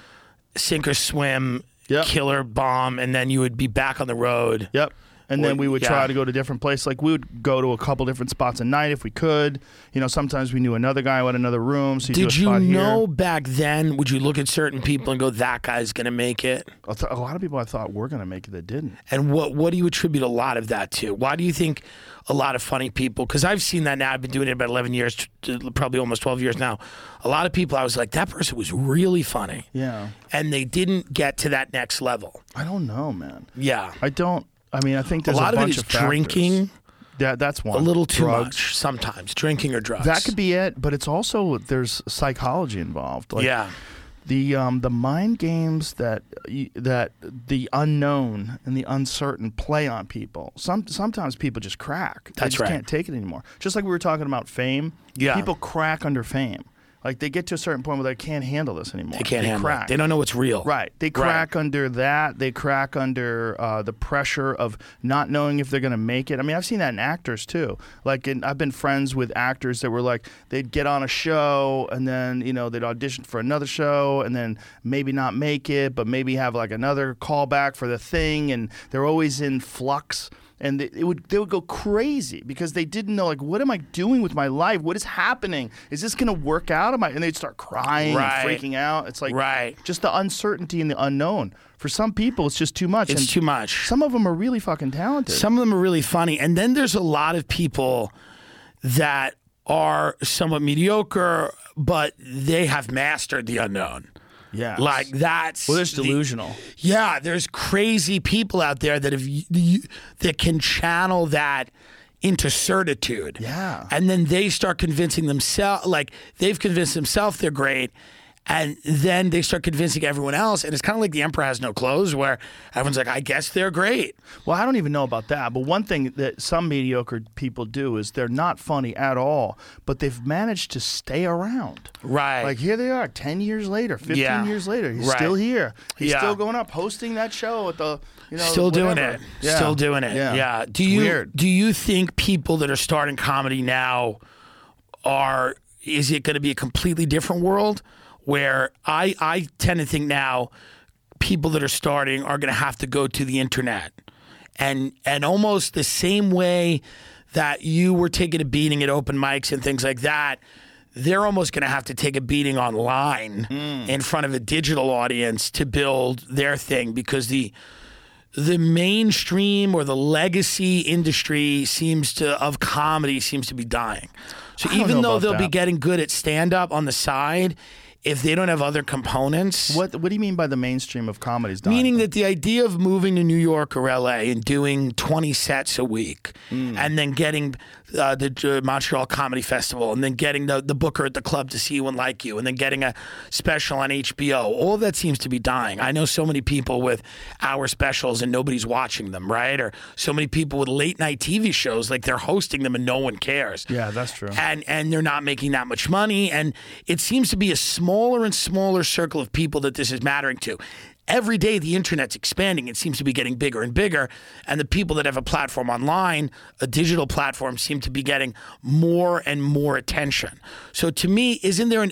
S1: sink or swim,
S2: Yep.
S1: killer bomb, and then you would be back on the road.
S2: Yep. and
S3: Well,
S2: then we would
S3: yeah.
S2: try to go to different places. Like we would go to a couple different spots a night if we could. You know, sometimes we knew another guy who had another room. So
S1: Did
S2: do a
S1: you
S2: spot here.
S1: know back then? Would you look at certain people and go, "That guy's going to make it"?
S2: I thought- a lot of people I thought were going to make it that didn't.
S1: And what what do you attribute a lot of that to? Why do you think a lot of funny people? Because I've seen that now. I've been doing it about eleven years, t- t- probably almost twelve years now. A lot of people, I was like, that person was really funny,
S2: Yeah,
S1: and they didn't get to that next level.
S2: I don't know, man.
S1: Yeah,
S2: I don't. I mean, I think
S1: a
S2: there's a,
S1: lot of it
S2: bunch
S1: is
S2: factors.
S1: drinking
S2: That that's one.
S1: a little too
S2: Drugs.
S1: much sometimes. Drinking or drugs.
S2: That could be it, but it's also there's psychology involved. Like,
S1: yeah.
S2: the um, the mind games that y- that the unknown and the uncertain play on people. Some sometimes people just crack.
S1: That's
S2: they just
S1: right.
S2: Can't take it anymore. Just like we were talking about fame.
S1: Yeah.
S2: People crack under fame. Like they get to a certain point where they can't handle this anymore.
S1: They can't handle
S2: crack.
S1: it. They don't know what's real.
S2: Right. They crack under that. They crack under uh, the pressure of not knowing if they're going to make it. I mean, I've seen that in actors too. Like, in, I've been friends with actors that were like, they'd get on a show and then, you know, they'd audition for another show and then maybe not make it, but maybe have like another callback for the thing. And they're always in flux. And they, it would they would go crazy because they didn't know like what am I doing with my life? What is happening? Is this gonna work out? Am I? And they'd start crying,
S1: Right.
S2: and freaking out. It's like
S1: Right.
S2: just the uncertainty and the unknown. For some people, it's just too much.
S1: It's
S2: and
S1: too much.
S2: Some of them are really fucking talented.
S1: Some of them are really funny. And then there's a lot of people that are somewhat mediocre, but they have mastered the unknown.
S2: yeah,
S1: Like that's
S2: well, there's
S1: the-
S2: delusional.
S1: yeah, there's crazy people out there that have you, that can channel that into certitude.
S2: Yeah.
S1: and then they start convincing themselves, like they've convinced themselves they're great, and then they start convincing everyone else. And it's kind of like the emperor has no clothes, where everyone's like, "I guess they're great."
S2: Well, I don't even know about that, but one thing that some mediocre people do is they're not funny at all, but they've managed to stay around.
S1: Right.
S2: Like here they are, ten years later, fifteen
S1: Yeah.
S2: years later, he's
S1: Right.
S2: still here. He's
S1: Yeah.
S2: still going up, hosting that show at the, you know,
S1: Still doing
S2: whatever.
S1: it.
S2: Yeah.
S1: Still doing it. Yeah. Do you
S2: Weird.
S1: do you think people that are starting comedy now are is it going to be a completely different world where I I tend to think now people that are starting are going to have to go to the internet and and almost the same way that you were taking a beating at open mics and things like that they're almost going to have to take a beating online
S2: Hmm.
S1: in front of a digital audience to build their thing because the the mainstream or the legacy industry seems to of comedy seems to be dying. So
S2: don't
S1: even though
S2: know about
S1: they'll be
S2: that.
S1: getting good at stand up on the side, if they don't have other components,
S2: What What do you mean by the mainstream of comedies? Don?
S1: meaning that the idea of moving to New York or LA and doing 20 sets a week and then getting uh, the uh, Montreal Comedy Festival and then getting the, the booker at the club to see you and like you and then getting a special on HBO, all that seems to be dying. I know so many people with hour specials and nobody's watching them, right? Or so many people with late night TV shows, like they're hosting them and no one cares
S2: Yeah, that's true.
S1: and and they're not making that much money and it seems to be a smaller and smaller circle of people that this is mattering to every day the internet's expanding it seems to be getting bigger and bigger and the people that have a platform online a digital platform seem to be getting more and more attention so to me isn't there an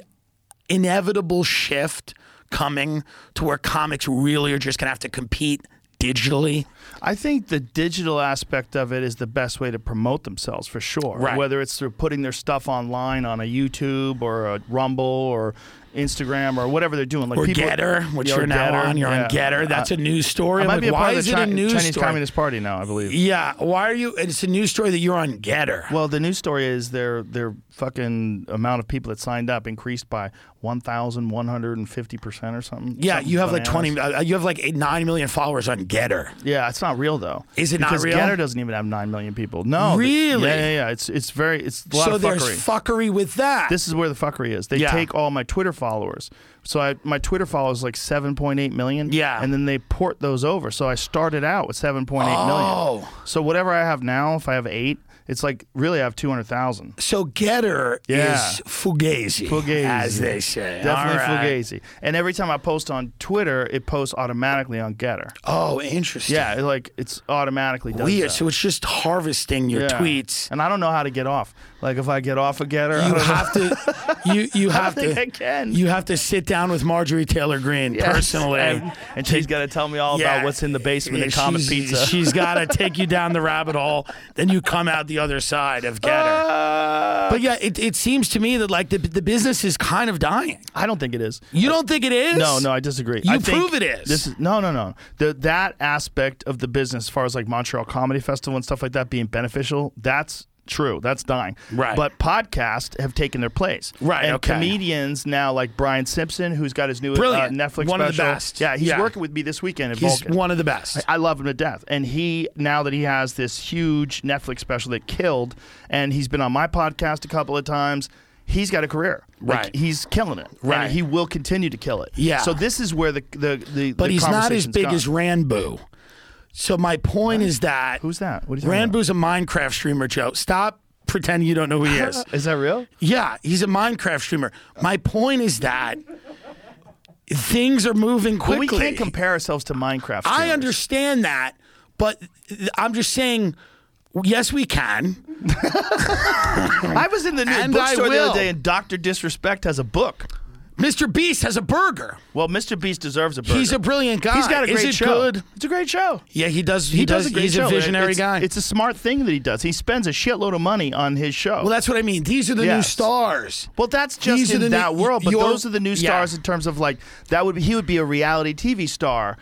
S1: inevitable shift coming to where comics really are just going to have to compete digitally
S2: I think the digital aspect of it is the best way to promote themselves for sure.
S1: Right.
S2: Whether it's through putting their stuff online on a YouTube or a Rumble or Instagram or whatever they're doing, like
S1: or
S2: people,
S1: Getter, which
S2: Yeah, or
S1: you're now
S2: Getter,
S1: on, you're
S2: yeah. Uh,
S1: on Getter. That's a news story.
S2: I
S1: I'm
S2: might
S1: like,
S2: be a
S1: why
S2: part of
S1: is
S2: the
S1: it a
S2: Chi-
S1: news
S2: Chinese
S1: story?
S2: Communist Party now, I believe.
S1: Yeah. Why are you? It's a news story that you're on Getter.
S2: Well, the news story is their their fucking amount of people that signed up increased by one thousand one hundred and fifty percent or something.
S1: yeah,
S2: something
S1: you have like
S2: bananas.
S1: 20. Uh, you have like eight, nine million followers on Getter.
S2: Yeah, it's not real though.
S1: Is it not
S2: because
S1: real?
S2: Getter doesn't even have nine million people. No, th-
S1: Really?
S2: Yeah, yeah, yeah. It's it's very it's a lot
S1: So
S2: of
S1: there's
S2: fuckery.
S1: fuckery with that.
S2: This is where the fuckery is. They
S1: Yeah.
S2: take all my Twitter followers. So I, my Twitter followers like 7.8 million.
S1: Yeah.
S2: And then they port those over. So I started out with 7.8 million.
S1: Oh.
S2: So whatever I have now, if I have eight, it's like really I have 200,000.
S1: so Getter
S2: Yeah.
S1: is fugazi,
S2: Fugazi.
S1: as they say.
S2: Definitely
S1: All right.
S2: fugazi. And every time I post on Twitter, it posts automatically on Getter.
S1: Oh, interesting.
S2: Yeah, it, like it's automatically does
S1: Weird.
S2: that.
S1: So it's just harvesting your
S2: Yeah.
S1: tweets.
S2: And I don't know how to get off. Like if I get off a getter, I
S1: You
S2: don't know.
S1: have to. You you have
S2: think
S1: to.
S2: I can.
S1: You have to sit down with Marjorie Taylor Greene
S2: Yes.
S1: personally.
S2: And, and she's got to tell me all
S1: Yeah.
S2: about what's in the basement
S1: Yeah,
S2: at Comet
S1: she's-
S2: Pizza.
S1: She's got to take you down the rabbit hole. Then you come out the other side of Getter.
S2: Uh,
S1: but yeah, it, it seems to me that like the, the business is kind of dying.
S2: I don't think it is.
S1: You don't think it is?
S2: No, no, I disagree.
S1: You
S2: I think
S1: prove it is.
S2: This is no, no, no. The, that aspect of the business, as far as like Montreal Comedy Festival and stuff like that, being beneficial, that's true. That's dying.
S1: Right.
S2: But podcasts have taken their place.
S1: Right,
S2: And
S1: okay.
S2: comedians now, like Brian Simpson, who's got his new uh,
S1: Brilliant.
S2: Netflix
S1: One
S2: special.
S1: of the best.
S2: Yeah, he's
S1: Yeah.
S2: working with me this weekend. At
S1: He's
S2: Vulcan.
S1: one of the best.
S2: I love him to death. And he now that he has this huge Netflix special that killed, and he's been on my podcast a couple of times. He's got a career, Like,
S1: Right.
S2: he's killing it,
S1: Right.
S2: And he will continue to kill it.
S1: Yeah.
S2: So this is where the the the
S1: but
S2: the
S1: he's not as
S2: conversation's
S1: big
S2: gone.
S1: as Ranbu. So my point is that
S2: Who's that? What are you talking about?
S1: Ranbu's a Minecraft streamer, Joe. Stop pretending you don't know who he is.
S2: Is that real?
S1: yeah, he's a Minecraft streamer. My point is that things are moving
S2: But
S1: quickly.
S2: we can't compare ourselves to Minecraft.
S1: I
S2: streamers.
S1: understand that, but th- I'm just saying. Yes, we can.
S2: I was in the new
S1: And I
S2: bookstore the
S1: will.
S2: other day, and Doctor Disrespect has a book.
S1: Mr. Beast has a burger.
S2: Well, Mr. Beast deserves a burger.
S1: He's a brilliant guy.
S2: He's got a
S1: Is
S2: great
S1: it
S2: show.
S1: good?
S2: It's a great show.
S1: Yeah, he does. He, does.
S2: a great
S1: he's a
S2: show.
S1: visionary
S2: It's-
S1: guy.
S2: It's a smart thing that he does. He spends a shitload of money on his show.
S1: well, that's what I mean. These are the new
S2: Yes.
S1: stars.
S2: Well, that's
S1: These
S2: just
S1: are
S2: in
S1: the
S2: that
S1: new-
S2: world, but
S1: your-
S2: those are the new
S1: yeah.
S2: stars in terms of like that would be, he would be a reality TV star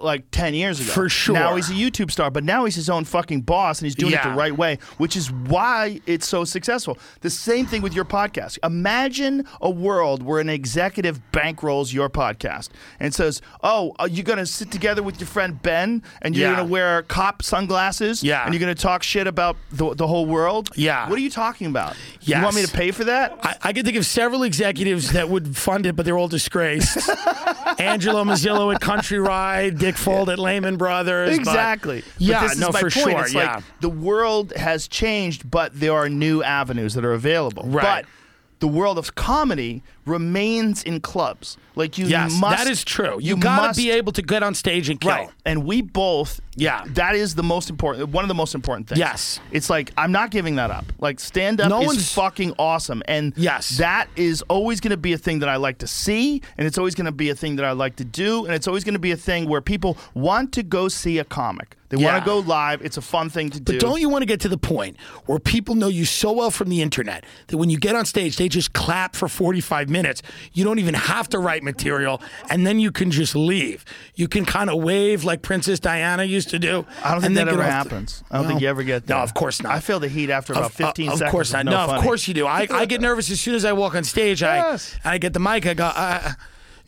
S2: like 10 years ago.
S1: For sure.
S2: Now he's a YouTube star, but now he's his own fucking boss and he's doing it
S1: Yeah.
S2: the right way, which is why it's so successful. The same thing with your podcast. Imagine a world where an executive bankrolls your podcast and says, "Oh, are you going to sit together with your friend Ben and you're
S1: Yeah.
S2: going to wear cop sunglasses
S1: Yeah.
S2: and you're going to talk shit about the, the whole world?"
S1: Yeah.
S2: What are you talking about? You
S1: Yes.
S2: want me to pay for that?
S1: I, I could think of several executives that would fund it, but they're all disgraced. Angelo Mazzillo at Country Ride, Dick Fold at Lehman Brothers. but-
S2: Exactly. But
S1: yeah,
S2: this is
S1: no,
S2: my
S1: for
S2: point.
S1: sure.
S2: It's
S1: yeah.
S2: like the world has changed, but there are new avenues that are available.
S1: Right.
S2: But the world of comedy remains in clubs. Like you
S1: yes,
S2: must.
S1: that is true.
S2: You,
S1: You, gotta
S2: must-
S1: be able to get on stage and kill.
S2: Right. And we both.
S1: Yeah.
S2: That is the most important. One of the most important things.
S1: Yes.
S2: It's like I'm not giving that up. Like stand up
S1: No
S2: is
S1: one's-
S2: fucking awesome, and
S1: Yes.
S2: that is always going to be a thing that I like to see, and it's always going to be a thing that I like to do, and it's always going to be a thing where people want to go see a comic. They want
S1: Yeah.
S2: to go live. It's a fun thing to do.
S1: But don't you want to get to the point where people know you so well from the internet that when you get on stage, they just clap for 45 minutes? You don't even have to write material, and then you can just leave. You can kind of wave like Princess Diana used to do.
S2: I don't think
S1: and
S2: that
S1: then
S2: ever
S1: get off the-
S2: happens. I don't think
S1: Well,
S2: you ever get
S1: No,
S2: there.
S1: of course not.
S2: I feel the heat after about
S1: Of- uh,
S2: 15
S1: of,
S2: seconds.
S1: course not.
S2: no,
S1: of
S2: funny.
S1: course you do. I, I get nervous as soon as I walk on stage.
S2: Yes.
S1: I I get the mic. I go. Uh,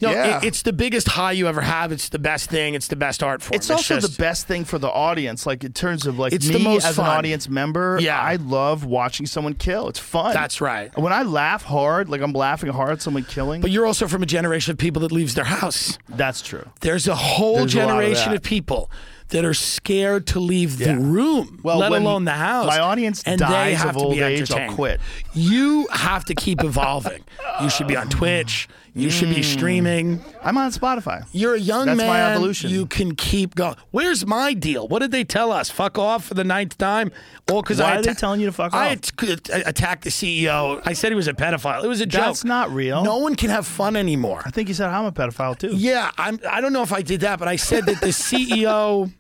S1: no,
S2: Yeah.
S1: it, it's the biggest high you ever have. It's the best thing. It's the best art form.
S2: It's also
S1: just-
S2: the best thing for the audience, like in terms of like
S1: It's
S2: me
S1: the most
S2: as an
S1: fun.
S2: audience member.
S1: Yeah.
S2: I love watching someone kill. It's fun.
S1: That's right.
S2: When I laugh hard, like I'm laughing hard at someone killing.
S1: But you're also from a generation of people that leaves their house.
S2: that's true.
S1: There's a whole
S2: There's a lot of
S1: generation
S2: that.
S1: of people that are scared to leave
S2: Yeah.
S1: the room,
S2: Well,
S1: let
S2: when
S1: alone the house.
S2: my audience
S1: and they
S2: dies
S1: have
S2: of
S1: to
S2: old
S1: be
S2: age, I'll
S1: entertained.
S2: quit.
S1: You have to keep evolving. you should be on Twitch. You should be streaming.
S2: I'm on Spotify.
S1: You're a young
S2: Hmm. That's
S1: man.
S2: my evolution.
S1: You can keep going. Where's my deal? What did they tell us? Fuck off for the ninth time? All because
S2: Why
S1: I
S2: are they telling you to fuck
S1: I
S2: off?
S1: att- attacked the CEO. I said he was a pedophile. It was a joke.
S2: That's not real.
S1: No one can have fun anymore.
S2: I think you said I'm a pedophile too.
S1: Yeah, I'm. I don't know if I did that, but I said that the CEO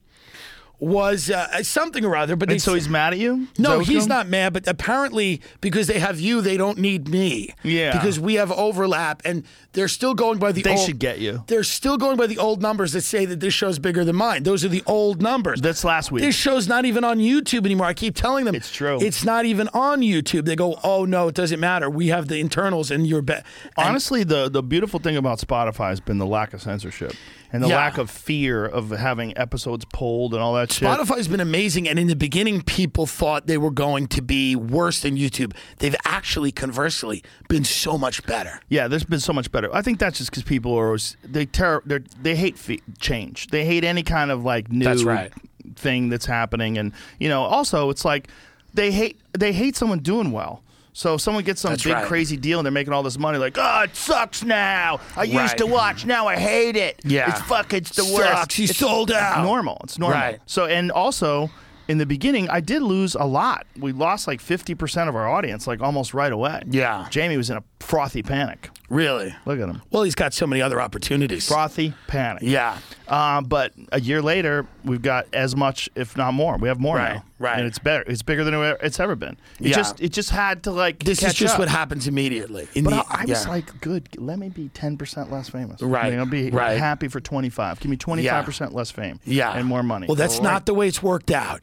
S1: was uh, something or other. But they
S2: And so he's mad at you? Is that
S1: no,
S2: what's
S1: he's
S2: going on?
S1: not mad, but apparently because they have you, they don't need me.
S2: Yeah.
S1: Because we have overlap and they're still going by the
S2: They
S1: old
S2: should get you.
S1: They're still going by the old numbers that say that this show's bigger than mine. Those are the old numbers.
S2: That's last week.
S1: This show's not even on YouTube anymore. I keep telling them
S2: It's true.
S1: It's not even on YouTube. They go, "Oh no, it doesn't matter. We have the internals and you're bet."
S2: Honestly, the, the beautiful thing about Spotify has been the lack of censorship and the
S1: Yeah.
S2: lack of fear of having episodes pulled and all that shit.
S1: Spotify's been amazing, and in the beginning, people thought they were going to be worse than YouTube. They've actually, conversely, been so much better.
S2: Yeah, there's been so much better. I think that's just because people are always, they terror they they hate fe- change. They hate any kind of like new
S1: That's right.
S2: thing that's happening, and you know also it's like they hate they hate someone doing well. So if someone gets some
S1: That's
S2: big
S1: right.
S2: crazy deal and they're making all this money, like oh it sucks now. I
S1: Right.
S2: used to watch, now I hate it.
S1: Yeah.
S2: it's fuck, it's the
S1: Sucks,
S2: worst.
S1: he
S2: It's
S1: sold out.
S2: Normal, it's normal.
S1: Right.
S2: So and also. in the beginning, I did lose a lot. We lost like 50% of our audience, like almost right away.
S1: Yeah.
S2: Jamie was in a frothy panic.
S1: Really?
S2: Look at him.
S1: Well, he's got so many other opportunities.
S2: Frothy panic.
S1: Yeah.
S2: Uh, but a year later, we've got as much, if not more. We have more
S1: Right,
S2: now.
S1: right.
S2: And it's better. It's bigger than it's ever been. It
S1: Yeah.
S2: just it just had to like
S1: This is
S2: catch
S1: just
S2: up.
S1: what happens immediately. In
S2: But
S1: the-
S2: I, I was
S1: yeah.
S2: like, good. Let me be ten percent less famous.
S1: Right,
S2: I mean, I'll be
S1: right.
S2: happy for twenty five. Give me twenty five percent less fame.
S1: yeah.
S2: and more money.
S1: Well, that's
S2: Right.
S1: not the way it's worked out.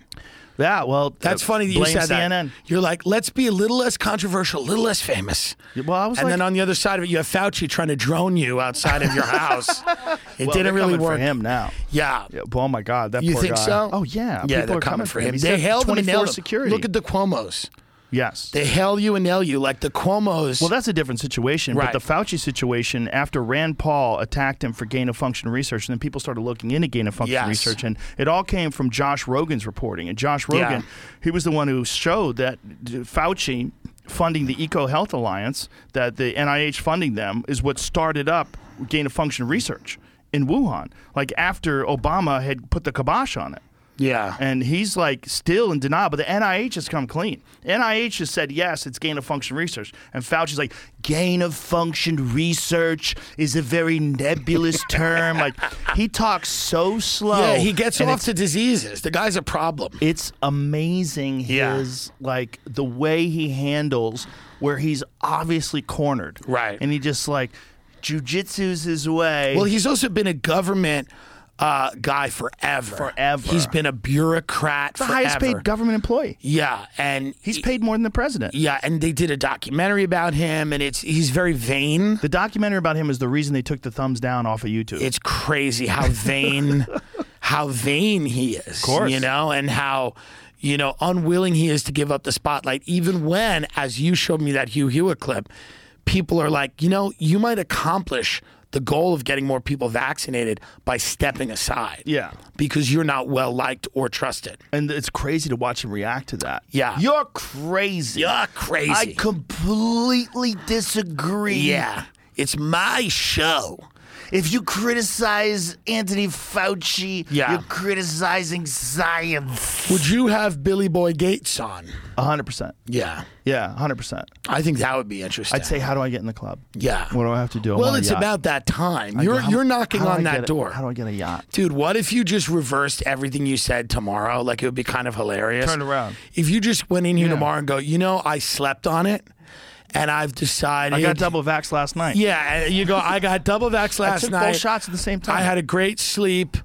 S2: Yeah, well,
S1: That's
S2: uh,
S1: funny that you
S2: blame
S1: said
S2: CNN.
S1: that. You're like, let's be a little less controversial, a little less famous.
S2: Yeah, well, I was
S1: and
S2: like-
S1: then on the other side of it, you have Fauci trying to drone you outside of your house. It
S2: Well,
S1: didn't
S2: they're
S1: really
S2: coming
S1: work.
S2: for him now.
S1: Yeah.
S2: Yeah, well, oh my God, that
S1: You
S2: poor
S1: think
S2: guy.
S1: so?
S2: Oh yeah,
S1: yeah.
S2: people
S1: they're
S2: are
S1: coming for him.
S2: He's
S1: They
S2: got
S1: hailed him and
S2: 24
S1: nailed him.
S2: security.
S1: Look at the Cuomo's.
S2: yes.
S1: They hail you and nail you like the Cuomo's.
S2: well, that's a different situation.
S1: Right.
S2: But the Fauci situation, after Rand Paul attacked him for gain of function research, and then people started looking into gain of function
S1: Yes.
S2: research, and it all came from Josh Rogan's reporting. And Josh
S1: Yeah.
S2: Rogan, he was the one who showed that d- Fauci funding the Eco Health Alliance, that the NIH funding them, is what started up gain of function research in Wuhan. Like after Obama had put the kibosh on it.
S1: yeah.
S2: And he's like still in denial, but the NIH has come clean. NIH has said yes, it's gain of function research, and Fauci's like gain of function research is a very nebulous term. Like he talks so slow.
S1: yeah, he gets
S2: and
S1: off
S2: it's-
S1: to diseases. The guy's a problem.
S2: It's amazing
S1: Yeah.
S2: his like the way he handles where he's obviously cornered,
S1: Right.
S2: And he just like jujitsu's his way.
S1: Well, he's also been a government uh, guy forever.
S2: Forever.
S1: He's been a bureaucrat
S2: the highest paid government employee.
S1: yeah, and
S2: He's paid more than the president.
S1: Yeah, and they did a documentary about him, and it's he's very vain.
S2: The documentary about him is the reason they took the thumbs down off of YouTube.
S1: It's crazy how vain, how vain he is. Of
S2: course.
S1: you know, and how you know unwilling he is to give up the spotlight, even when, as you showed me that Hugh Hewitt clip, people are like, you know, you might accomplish the goal of getting more people vaccinated by stepping aside.
S2: Yeah.
S1: because you're not well liked or trusted.
S2: and it's crazy to watch him react to that.
S1: Yeah.
S2: You're crazy.
S1: You're crazy.
S2: I completely disagree.
S1: yeah, it's my show.
S2: If you criticize Anthony Fauci,
S1: Yeah.
S2: you're criticizing science.
S1: Would you have Billy Boy Gates on?
S2: 100%.
S1: Yeah.
S2: Yeah, 100%.
S1: I think that would be interesting.
S2: I'd say, how do I get in the club?
S1: yeah.
S2: What do I have to do? I
S1: Well,
S2: want a
S1: it's
S2: yacht.
S1: about that time.
S2: I-
S1: You're
S2: how-
S1: you're knocking
S2: how do I
S1: on
S2: get
S1: that
S2: a-
S1: door.
S2: How do I get a yacht?
S1: Dude, what if you just reversed everything you said tomorrow? Like it would be kind of hilarious.
S2: Turn around.
S1: If you just went in here tomorrow and go, you know, I slept on it, and I've decided.
S2: I got double vaxxed last night.
S1: Yeah, and you go. I got double vax last
S2: took both
S1: night.
S2: shots at the same time.
S1: I had a great sleep.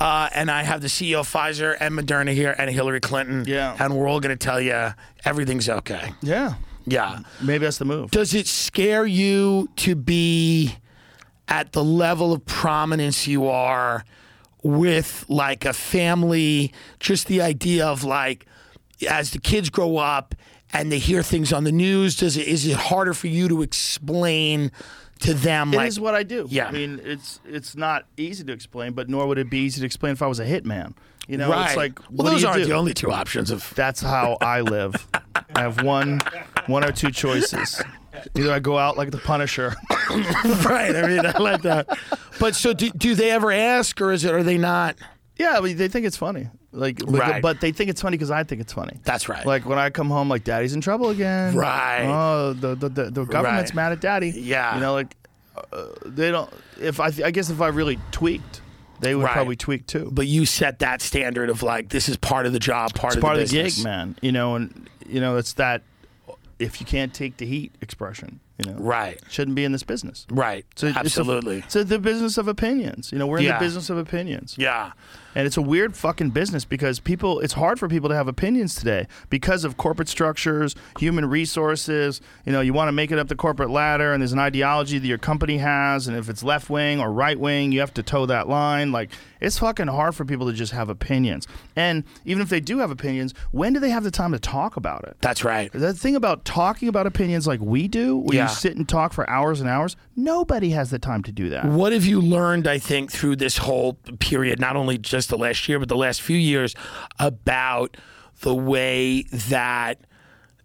S1: Uh, and I have the CEO of Pfizer and Moderna here and Hillary Clinton.
S2: Yeah.
S1: And we're all going to tell you everything's okay.
S2: Yeah.
S1: Yeah.
S2: Maybe that's the move.
S1: Does it scare you to be at the level of prominence you are with like a family? Just the idea of like as the kids grow up and they hear things on the news, does it is it harder for you to explain to them
S2: It is
S1: like
S2: what I do.
S1: Yeah.
S2: I mean, it's it's not easy to explain, but nor would it be easy to explain if I was a hitman. You know,
S1: right.
S2: it's like
S1: well,
S2: what
S1: those
S2: do you
S1: aren't
S2: do?
S1: the only two options of
S2: That's how I live. I have one, one or two choices. Either I go out like the Punisher.
S1: right. I mean, I like that. But so do, do they ever ask or is it are they not?
S2: yeah, I mean, they think it's funny. Like, like,
S1: Right.
S2: but they think it's funny because I think it's funny.
S1: That's right.
S2: Like when I come home, like Daddy's in trouble again.
S1: Right.
S2: Oh, the the, the, the government's
S1: Right.
S2: mad at Daddy.
S1: Yeah.
S2: You know, like uh, they don't. If I, I guess if I really tweaked, they would
S1: Right.
S2: probably tweak too.
S1: but you set that standard of like this is part of the job, part
S2: it's
S1: of
S2: part
S1: the
S2: of the
S1: business.
S2: gig, man. You know, and you know it's that if you can't take the heat expression, you know,
S1: Right.
S2: shouldn't be in this business.
S1: Right.
S2: So it's a-
S1: Absolutely.
S2: It's, the business of opinions. You know, we're in
S1: Yeah.
S2: the business of opinions.
S1: yeah.
S2: And it's a weird fucking business because people, it's hard for people to have opinions today because of corporate structures, human resources. You know, you want to make it up the corporate ladder, and there's an ideology that your company has. And if it's left wing or right wing, you have to toe that line. Like, it's fucking hard for people to just have opinions. And even if they do have opinions, when do they have the time to talk about it?
S1: That's right.
S2: The thing about talking about opinions like we do, where
S1: Yeah.
S2: you sit and talk for hours and hours, nobody has the time to do that.
S1: What have you learned, I think, through this whole period, not only just the last year, but the last few years, about the way that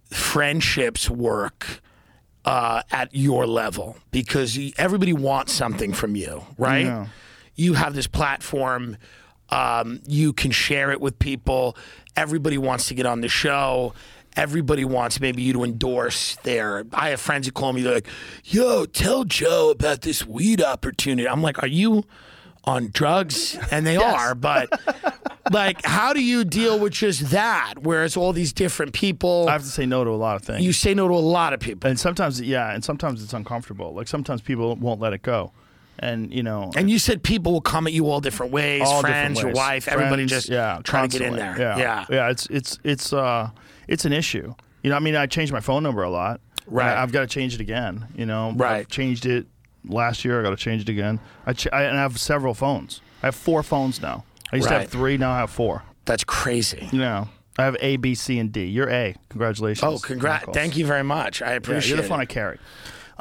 S1: friendships work uh, at your level? Because everybody wants something from you, right? You have this platform. Um, you can share it with people. Everybody wants to get on the show. Everybody wants maybe you to endorse their. I have friends who call me. They're like, "Yo, tell Joe about this weed opportunity." I'm like, "Are you on drugs?" And they are, but like, how do you deal with just that? Whereas all these different people,
S2: I have to say no to a lot of things.
S1: you say no to a lot of people.
S2: and sometimes, yeah, and sometimes it's uncomfortable. Like sometimes people won't let it go, and you know,
S1: And you said people will come at you all different ways,
S2: all different
S1: friends, your
S2: ways.
S1: wife, everybody
S2: Friends,
S1: just
S2: yeah,
S1: trying to get in there.
S2: constantly. Yeah.
S1: yeah.
S2: It's it's it's uh it's an issue. You know, I mean, I changed my phone number a lot.
S1: Right.
S2: I, have got to change it again. You know,
S1: Right.
S2: I've changed it last year. I got to change it again. I, ch- I and I have several phones. I have four phones now. I used to
S1: Right.
S2: have three. Now I have four.
S1: That's crazy.
S2: You know, I have A, B, C, and D. You're A. Congratulations.
S1: Oh, congrats. Thank you very much. I
S2: Yeah,
S1: appreciate
S2: you're the phone I
S1: it.
S2: carry.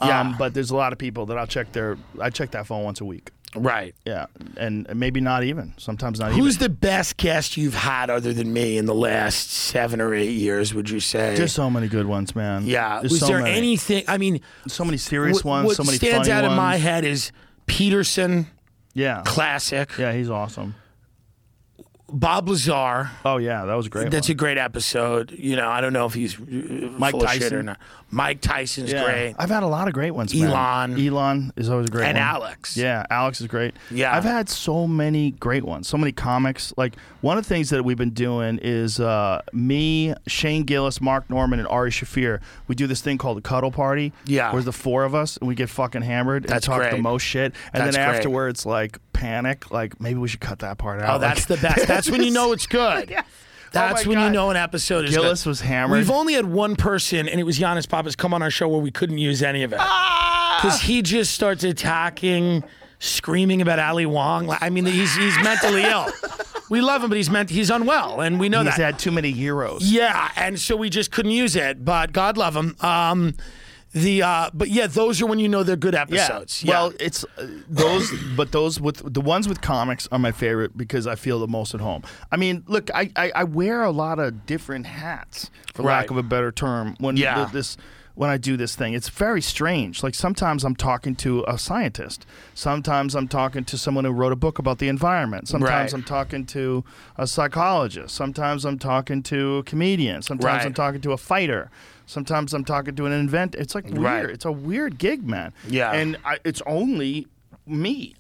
S1: Yeah.
S2: Um, but there's a lot of people that I'll check their. I check that phone once a week.
S1: Right.
S2: Yeah, and maybe not even. Sometimes not even.
S1: Who's the best guest you've had other than me in the last seven or eight years, would you say?
S2: There's so many good ones, man.
S1: yeah.
S2: There's
S1: Was
S2: so
S1: there
S2: many.
S1: anything? I mean,
S2: So many serious
S1: what,
S2: ones.
S1: what
S2: so many
S1: stands
S2: funny
S1: out
S2: ones.
S1: in my head is Peterson,
S2: Yeah.
S1: classic.
S2: yeah, he's awesome.
S1: Bob Lazar.
S2: Oh yeah, that was a great.
S1: That's
S2: one.
S1: a great episode. You know, I don't know if he's uh, full of shit
S2: Tyson.
S1: or not. Mike Tyson's
S2: yeah.
S1: great.
S2: I've had a lot of great ones.
S1: Elon.
S2: man. Elon is always a great.
S1: And
S2: one.
S1: Alex.
S2: Yeah, Alex is great.
S1: Yeah.
S2: I've had so many great ones. So many comics. Like one of the things that we've been doing is uh, me, Shane Gillis, Mark Norman, and Ari Shafir. We do this thing called the cuddle party.
S1: Yeah.
S2: where's the four of us and we get fucking hammered and
S1: That's
S2: talk the
S1: great.
S2: most shit, and
S1: That's
S2: then
S1: great.
S2: afterwards like panic, like maybe we should cut that part out.
S1: Oh, that's
S2: Like-
S1: the best. That's when you know it's good. That's
S2: Oh my
S1: when you
S2: God.
S1: know an episode is
S2: Gillis
S1: good.
S2: was hammered.
S1: We've only had one person, and it was Giannis Papas, come on our show where we couldn't use any of it because
S2: Ah!
S1: he just starts attacking, screaming about Ali Wong. Like, I mean, he's he's mentally ill. We love him, but he's meant he's unwell, and we know
S2: He's
S1: that.
S2: had too many heroes.
S1: Yeah, and so we just couldn't use it, but God love him. Um, the uh, but yeah, those are when you know they're good episodes. Yeah.
S2: Well, it's uh, those, but those with the ones with comics are my favorite because I feel the most at home. I mean, look, I, I, I wear a lot of different hats, for
S1: Right.
S2: lack of a better term, when
S1: Yeah.
S2: th- this when I do this thing. It's very strange. Like sometimes I'm talking to a scientist. Sometimes I'm talking to someone who wrote a book about the environment. Sometimes
S1: Right.
S2: I'm talking to a psychologist. Sometimes I'm talking to a comedian. Sometimes
S1: Right.
S2: I'm talking to a fighter. Sometimes I'm talking to an inventor. It's like weird.
S1: Right.
S2: It's a weird gig, man.
S1: Yeah.
S2: and I, it's only me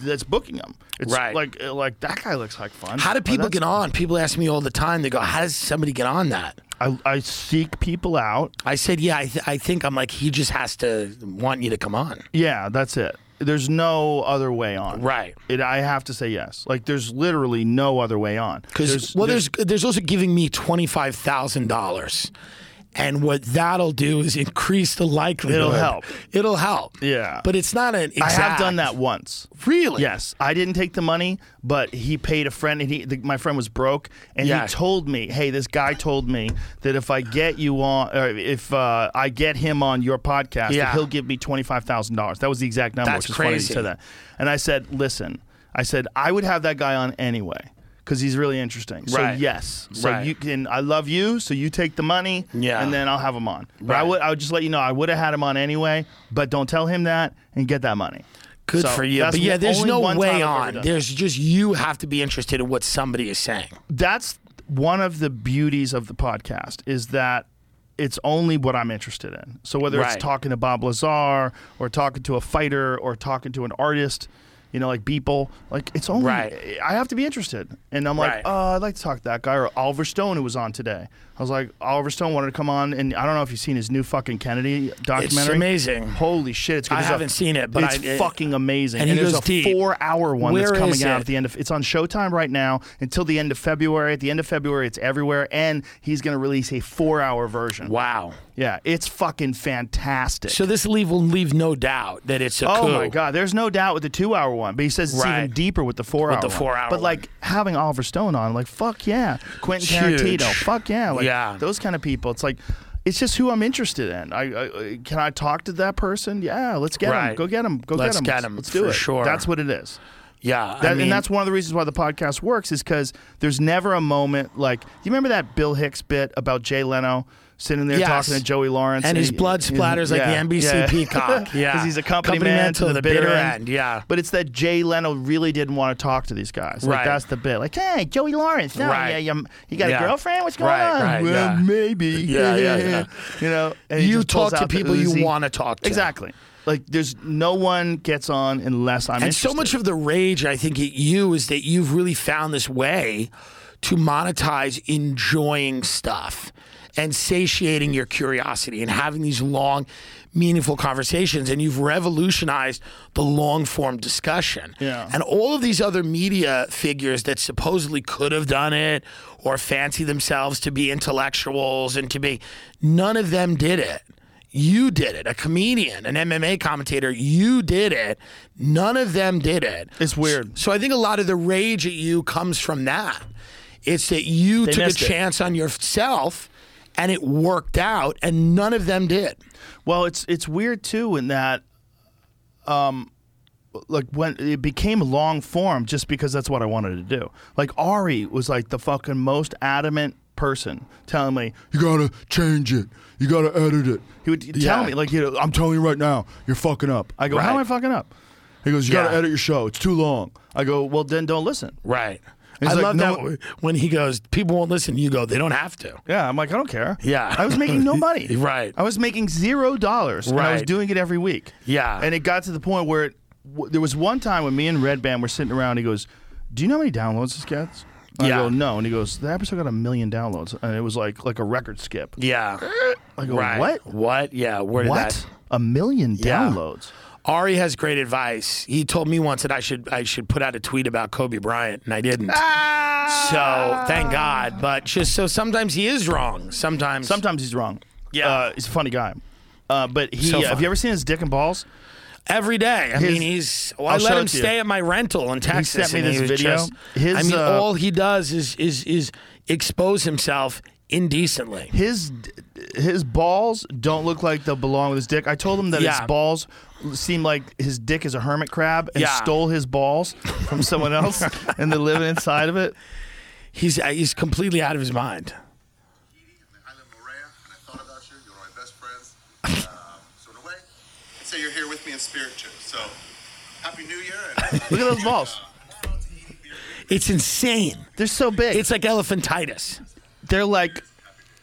S2: that's booking them. It's
S1: Right.
S2: like uh, like that guy looks like fun.
S1: how do
S2: Or
S1: people
S2: that's-
S1: get on? People ask me all the time. They go, "How does somebody get on that?"
S2: I, I seek people out.
S1: I said, yeah, I, th- I think I'm like, he just has to want you to come on.
S2: Yeah, that's it. There's no other way on.
S1: Right.
S2: It, I have to say yes. Like there's literally no other way on.
S1: Because, well, there's, there's, also giving me $25,000. And what that'll do is increase the likelihood.
S2: It'll help.
S1: It'll help.
S2: Yeah.
S1: But it's not an
S2: I
S1: exact.
S2: have done that once.
S1: Really?
S2: Yes, I didn't take the money, but he paid a friend, and he the, my friend was broke, and
S1: Yeah.
S2: he told me, "Hey, this guy told me that if I get you on, or if uh, I get him on your podcast, that
S1: Yeah.
S2: he'll give me twenty five thousand dollars." That was the exact number,
S1: That's
S2: which is funny
S1: crazy.
S2: to that. And I said, "Listen, I said I would have that guy on anyway." Because he's really interesting. So
S1: Right.
S2: yes. So
S1: Right.
S2: you can. I love you. So you take the money.
S1: Yeah.
S2: And then I'll have him on. But I
S1: Right.
S2: would. I would just let you know. I would have had him on anyway. But don't tell him that and get that money.
S1: Good
S2: So
S1: for you.
S2: that's
S1: But yeah,
S2: the
S1: there's
S2: only
S1: no
S2: one time
S1: way
S2: I've ever
S1: on.
S2: done
S1: There's just, you have to be interested in what somebody is saying.
S2: that's one of the beauties of the podcast is that it's only what I'm interested in. So whether
S1: Right.
S2: it's talking to Bob Lazar or talking to a fighter or talking to an artist, you know, like people, like it's only
S1: Right.
S2: I have to be interested. And I'm like,
S1: Right.
S2: oh, I'd like to talk to that guy or Oliver Stone who was on today. I was like, Oliver Stone wanted to come on, and I don't know if you've seen his new fucking Kennedy documentary.
S1: amazing.
S2: Holy shit, it's good.
S1: I
S2: There's a-
S1: haven't seen it, but
S2: it's
S1: I- it-
S2: fucking amazing.
S1: and he
S2: there's
S1: goes
S2: a
S1: deep.
S2: four-hour one
S1: Where
S2: that's coming
S1: is
S2: out
S1: it?
S2: at the end of it's on Showtime right now until the end of February. At the end of February, it's everywhere, and he's going to release a four-hour version.
S1: Wow.
S2: Yeah, it's fucking fantastic.
S1: So this leave will leave no doubt that it's a
S2: oh
S1: coup.
S2: my god, there's no doubt with the two-hour one, but he says it's even
S1: Right.
S2: deeper with the four-hour.
S1: the
S2: one.
S1: four-hour
S2: but like having Oliver Stone on, like fuck yeah, Quentin
S1: Huge.
S2: Tarantino, fuck yeah, like
S1: Yeah.
S2: those kind of people. It's like. It's just who I'm interested in. I, I I- can I talk to that person? Yeah, let's get him.
S1: Right.
S2: Go get him. Go
S1: Let's
S2: get him.
S1: get 'em,
S2: Let's do
S1: for
S2: it.
S1: sure.
S2: That's what it is.
S1: Yeah.
S2: That,
S1: I mean,
S2: and that's one of the reasons why the podcast works is because there's never a moment like you remember that Bill Hicks bit about Jay Leno sitting there
S1: Yes.
S2: talking to Joey Lawrence,
S1: And his
S2: he-
S1: blood splatters like the NBC peacock. Yeah.
S2: 'Cause he's a company,
S1: Company
S2: man to the, bitter, end.
S1: yeah.
S2: but it's that Jay Leno really didn't want to talk to these guys. Like
S1: Right.
S2: that's the bit. Like, hey, Joey Lawrence, no,
S1: Right.
S2: yeah, you, you got
S1: Yeah.
S2: a girlfriend? What's going
S1: Right,
S2: on?
S1: right,
S2: well,
S1: yeah.
S2: maybe.
S1: Yeah, yeah, yeah.
S2: you know, and he
S1: You
S2: just pulls
S1: talk to
S2: out the
S1: people you
S2: Uzi.
S1: wanna talk to.
S2: Exactly. Like, there's no one gets on unless I'm
S1: and
S2: interested.
S1: so much of the rage I think at you is that you've really found this way to monetize enjoying stuff and satiating your curiosity and having these long meaningful conversations and you've revolutionized the long form discussion
S2: Yeah.
S1: and all of these other media figures that supposedly could have done it or fancy themselves to be intellectuals and to be none of them did it you did it a comedian an mma commentator you did it none of them did it
S2: It's weird.
S1: so i think a lot of the rage at you comes from that it's that you took a
S2: missed it.
S1: chance on yourself and it worked out and none of them did
S2: Well, it's it's weird too in that, um, like when it became long form, just because that's what I wanted to do. Like Ari was like the fucking most adamant person telling me you gotta change it, you gotta edit it. He would tell
S1: Yeah.
S2: me like, you know, I'm telling you right now, you're fucking up. I go, how am I
S1: Right.
S2: fucking up? He goes, you gotta
S1: Yeah.
S2: edit your show. It's too long. I go, well then don't listen.
S1: right
S2: He's
S1: I
S2: like,
S1: love
S2: no
S1: that
S2: one-
S1: w- when he goes, people won't listen. You go, they don't have to.
S2: Yeah, I'm like, I don't care.
S1: Yeah.
S2: I was making no money.
S1: Right.
S2: I was making zero dollars. And I was
S1: Right.
S2: doing it every week.
S1: Yeah.
S2: And it got to the point where it, w- there was one time when me and Red Band were sitting around. He goes, "Do you know how many downloads this gets?" And
S1: Yeah.
S2: I go, "No." And he goes, "The episode got a million downloads, and it was like like a record skip."
S1: Yeah.
S2: I go,
S1: right.
S2: "What?
S1: What? Yeah. Where did
S2: What?
S1: that?
S2: A million
S1: Yeah.
S2: downloads?"
S1: Ari has great advice. He told me once that I should I should put out a tweet about Kobe Bryant, and I didn't.
S2: Ah!
S1: So thank God. But just so sometimes he is wrong. Sometimes.
S2: Sometimes he's wrong.
S1: Yeah.
S2: Uh, he's a funny guy. Uh, but he,
S1: So
S2: uh, have
S1: fun.
S2: you ever seen his dick and balls?
S1: every day. I
S2: His-
S1: mean, he's. well, I
S2: I'll
S1: let
S2: show
S1: him
S2: it to you.
S1: stay at my rental in Texas.
S2: sent me
S1: and
S2: this
S1: was
S2: video.
S1: just-
S2: His,
S1: I mean,
S2: uh,
S1: all he does is is is expose himself indecently.
S2: his d- his balls don't look like they belong with his dick. I told him that
S1: Yeah.
S2: his balls seem like his dick is a hermit crab and
S1: Yeah.
S2: stole his balls from someone else and they're living inside of it.
S1: He's uh, he's completely out of his mind.
S3: Island Morea, and I thought about you. You're one of my best friends. Um, so in a way, I'd say you're here with me in spirit too. So happy New Year! And
S2: Look at those balls.
S1: It's insane.
S2: They're so big.
S1: It's like elephantitis.
S2: they're like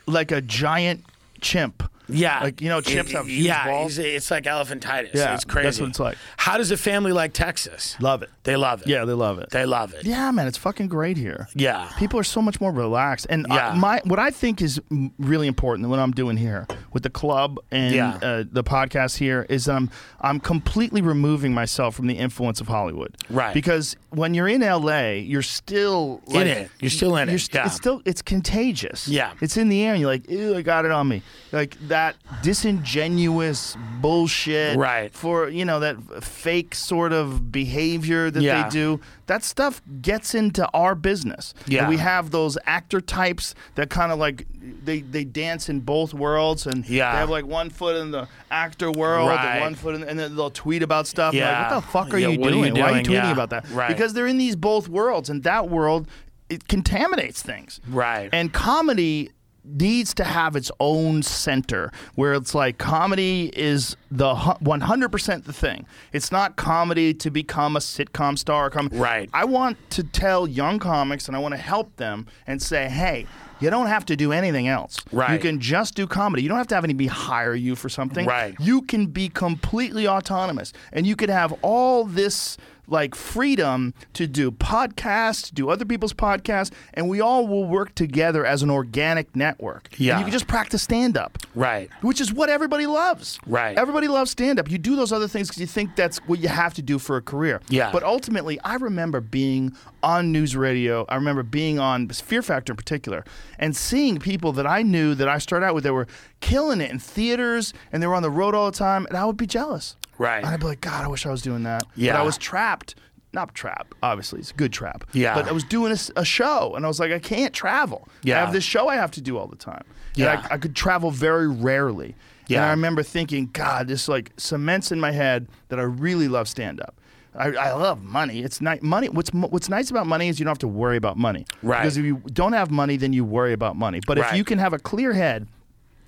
S2: like a giant chimp.
S1: Yeah,
S2: Like you know chimps
S1: It-
S2: have huge
S1: yeah,
S2: balls.
S1: it's- It's like elephantitis.
S2: Yeah,
S1: it's crazy.
S2: that's what it's like.
S1: How does a family like Texas
S2: Love it.
S1: They love it.
S2: Yeah, they love it.
S1: They love it.
S2: Yeah, man, it's fucking great here.
S1: Yeah.
S2: people are so much more relaxed, and I-
S1: Yeah.
S2: my what I think is m- really important what I'm doing here with the club and
S1: Yeah.
S2: uh, the podcast here is that I'm I'm completely removing myself from the influence of Hollywood.
S1: Right.
S2: because when you're in LA, you're still like,
S1: it. You're still in it.
S2: st-
S1: Yeah.
S2: it's still it's contagious.
S1: Yeah.
S2: it's in the air, and you're like, ew, I got it on me, like that disingenuous bullshit.
S1: Right.
S2: for you know that fake sort of behavior that
S1: Yeah.
S2: they do that stuff gets into our business.
S1: Yeah.
S2: And we have those actor types that kind of like they, they dance in both worlds and
S1: Yeah.
S2: they have like one foot in the actor world
S1: Right.
S2: and one foot in and then they'll tweet about stuff. and
S1: Yeah.
S2: Like, what the fuck are,
S1: Yeah,
S2: you,
S1: what are
S2: doing?
S1: you
S2: Why are you
S1: doing?
S2: tweeting
S1: Yeah.
S2: about that?
S1: Right.
S2: Because they're in these both worlds and that world it contaminates things.
S1: Right.
S2: And comedy needs to have its own center where it's like comedy is the hu- 100% the thing. It's not comedy to become a sitcom star. Or com-
S1: Right.
S2: I want to tell young comics and I want to help them and say, hey, you don't have to do anything else. You
S1: Right.
S2: can just do comedy. You don't have to have anybody hire you for something.
S1: Right.
S2: You can be completely autonomous and you could have all this like freedom to do podcasts, do other people's podcasts, and we all will work together as an organic network. And
S1: Yeah.
S2: you can just practice stand up.
S1: Right.
S2: Which is what everybody loves.
S1: Right.
S2: Everybody loves stand up. You do those other things because you think that's what you have to do for a career.
S1: Yeah.
S2: But ultimately, I remember being on news radio. I remember being on Fear Factor in particular and seeing people that I knew that I started out with that were killing it in theaters and they were on the road all the time. And I would be jealous.
S1: Right.
S2: And I'd be like, God, I wish I was doing that. But
S1: Yeah.
S2: I was trapped. Not trap, obviously. It's a good trap.
S1: Yeah.
S2: But I was doing a, s- a show and I was like, I can't travel. I
S1: Yeah.
S2: have this show I have to do all the time.
S1: Yeah.
S2: And I, I could travel very rarely. And
S1: Yeah.
S2: I remember thinking, God, this like cements in my head that I really love stand up. I, I love money. It's nice. Money. What's mo- what's nice about money is you don't have to worry about money.
S1: Right.
S2: Because if you don't have money, then you worry about money. But if
S1: Right.
S2: you can have a clear head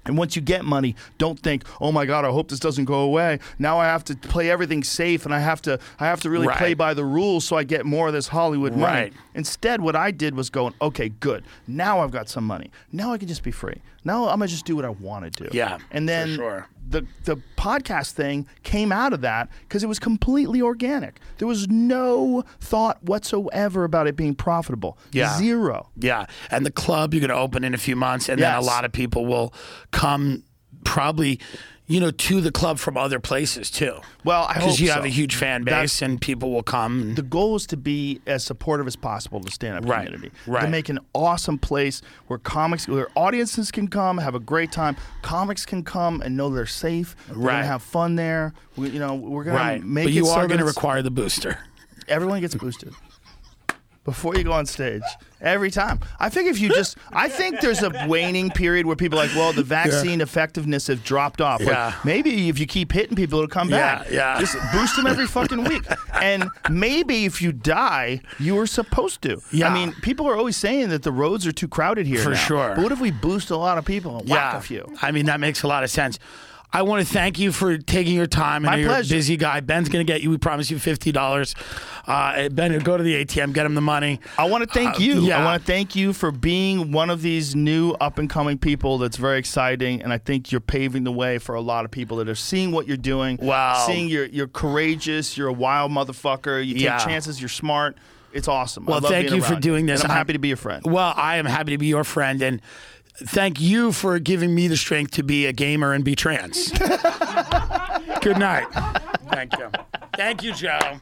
S2: And once you get money, don't think, "Oh my God, I hope this doesn't go away." Now I have to play everything safe, and I have to I have to really
S1: Right.
S2: play by the rules so I get more of this Hollywood money.
S1: Right.
S2: Instead, what I did was going, "Okay, good. Now I've got some money. Now I can just be free. Now I'm gonna just do what I want to do."
S1: Yeah,
S2: and
S1: for
S2: then
S1: sure.
S2: the the podcast thing came out of that because it was completely organic. There was no thought whatsoever about it being profitable.
S1: Yeah.
S2: Zero.
S1: Yeah, and the club you're going to open in a few months, and then a
S2: Yes.
S1: lot of people will come probably, you know, to the club from other places too.
S2: Well, I hope
S1: you
S2: so.
S1: have a huge fan base,
S2: That's-
S1: and people will come. and-
S2: The goal is to be as supportive as possible to stand up
S1: Mm-hmm. Right,
S2: community.
S1: right.
S2: To make an awesome place where comics, where audiences can come, have a great time. Comics can come and know they're safe. They're
S1: Right.
S2: gonna have fun there. We, you know, we're gonna
S1: right,
S2: make
S1: but you
S2: it so
S1: are
S2: that
S1: going to
S2: it's-
S1: require the booster.
S2: Everyone gets boosted before you go on stage. Every time. I think if you just, I think there's a waning period where people are like, well, the vaccine effectiveness has dropped off. Like,
S1: Yeah.
S2: maybe if you keep hitting people, it'll come
S1: Yeah,
S2: back.
S1: yeah.
S2: Just boost them every fucking week. And maybe if you die, you were supposed to.
S1: Yeah.
S2: I mean, people are always saying that the roads are too crowded here.
S1: For
S2: now.
S1: sure.
S2: But what if we boost a lot of people and whack
S1: yeah,
S2: a few?
S1: I mean that makes a lot of sense. I want to thank you for taking your time. I
S2: My
S1: know you're a
S2: pleasure.
S1: busy guy. Ben's going to get you. We promise you fifty dollars. Uh, ben, go to the ATM, get him the money.
S2: I want to thank
S1: Uh,
S2: you.
S1: yeah.
S2: I want to thank you for being one of these new up and coming people that's very exciting. And I think you're paving the way for a lot of people that are seeing what you're doing.
S1: Wow.
S2: Seeing you're, you're courageous, you're a wild motherfucker, you take
S1: Yeah.
S2: chances, you're smart. It's awesome. I
S1: Well,
S2: love
S1: thank
S2: being
S1: you for
S2: around
S1: doing this.
S2: And I'm happy to be your friend.
S1: Well, I am happy to be your friend, and thank you for giving me the strength to be a gamer and be trans. Good night. Thank you. Thank you, Joe.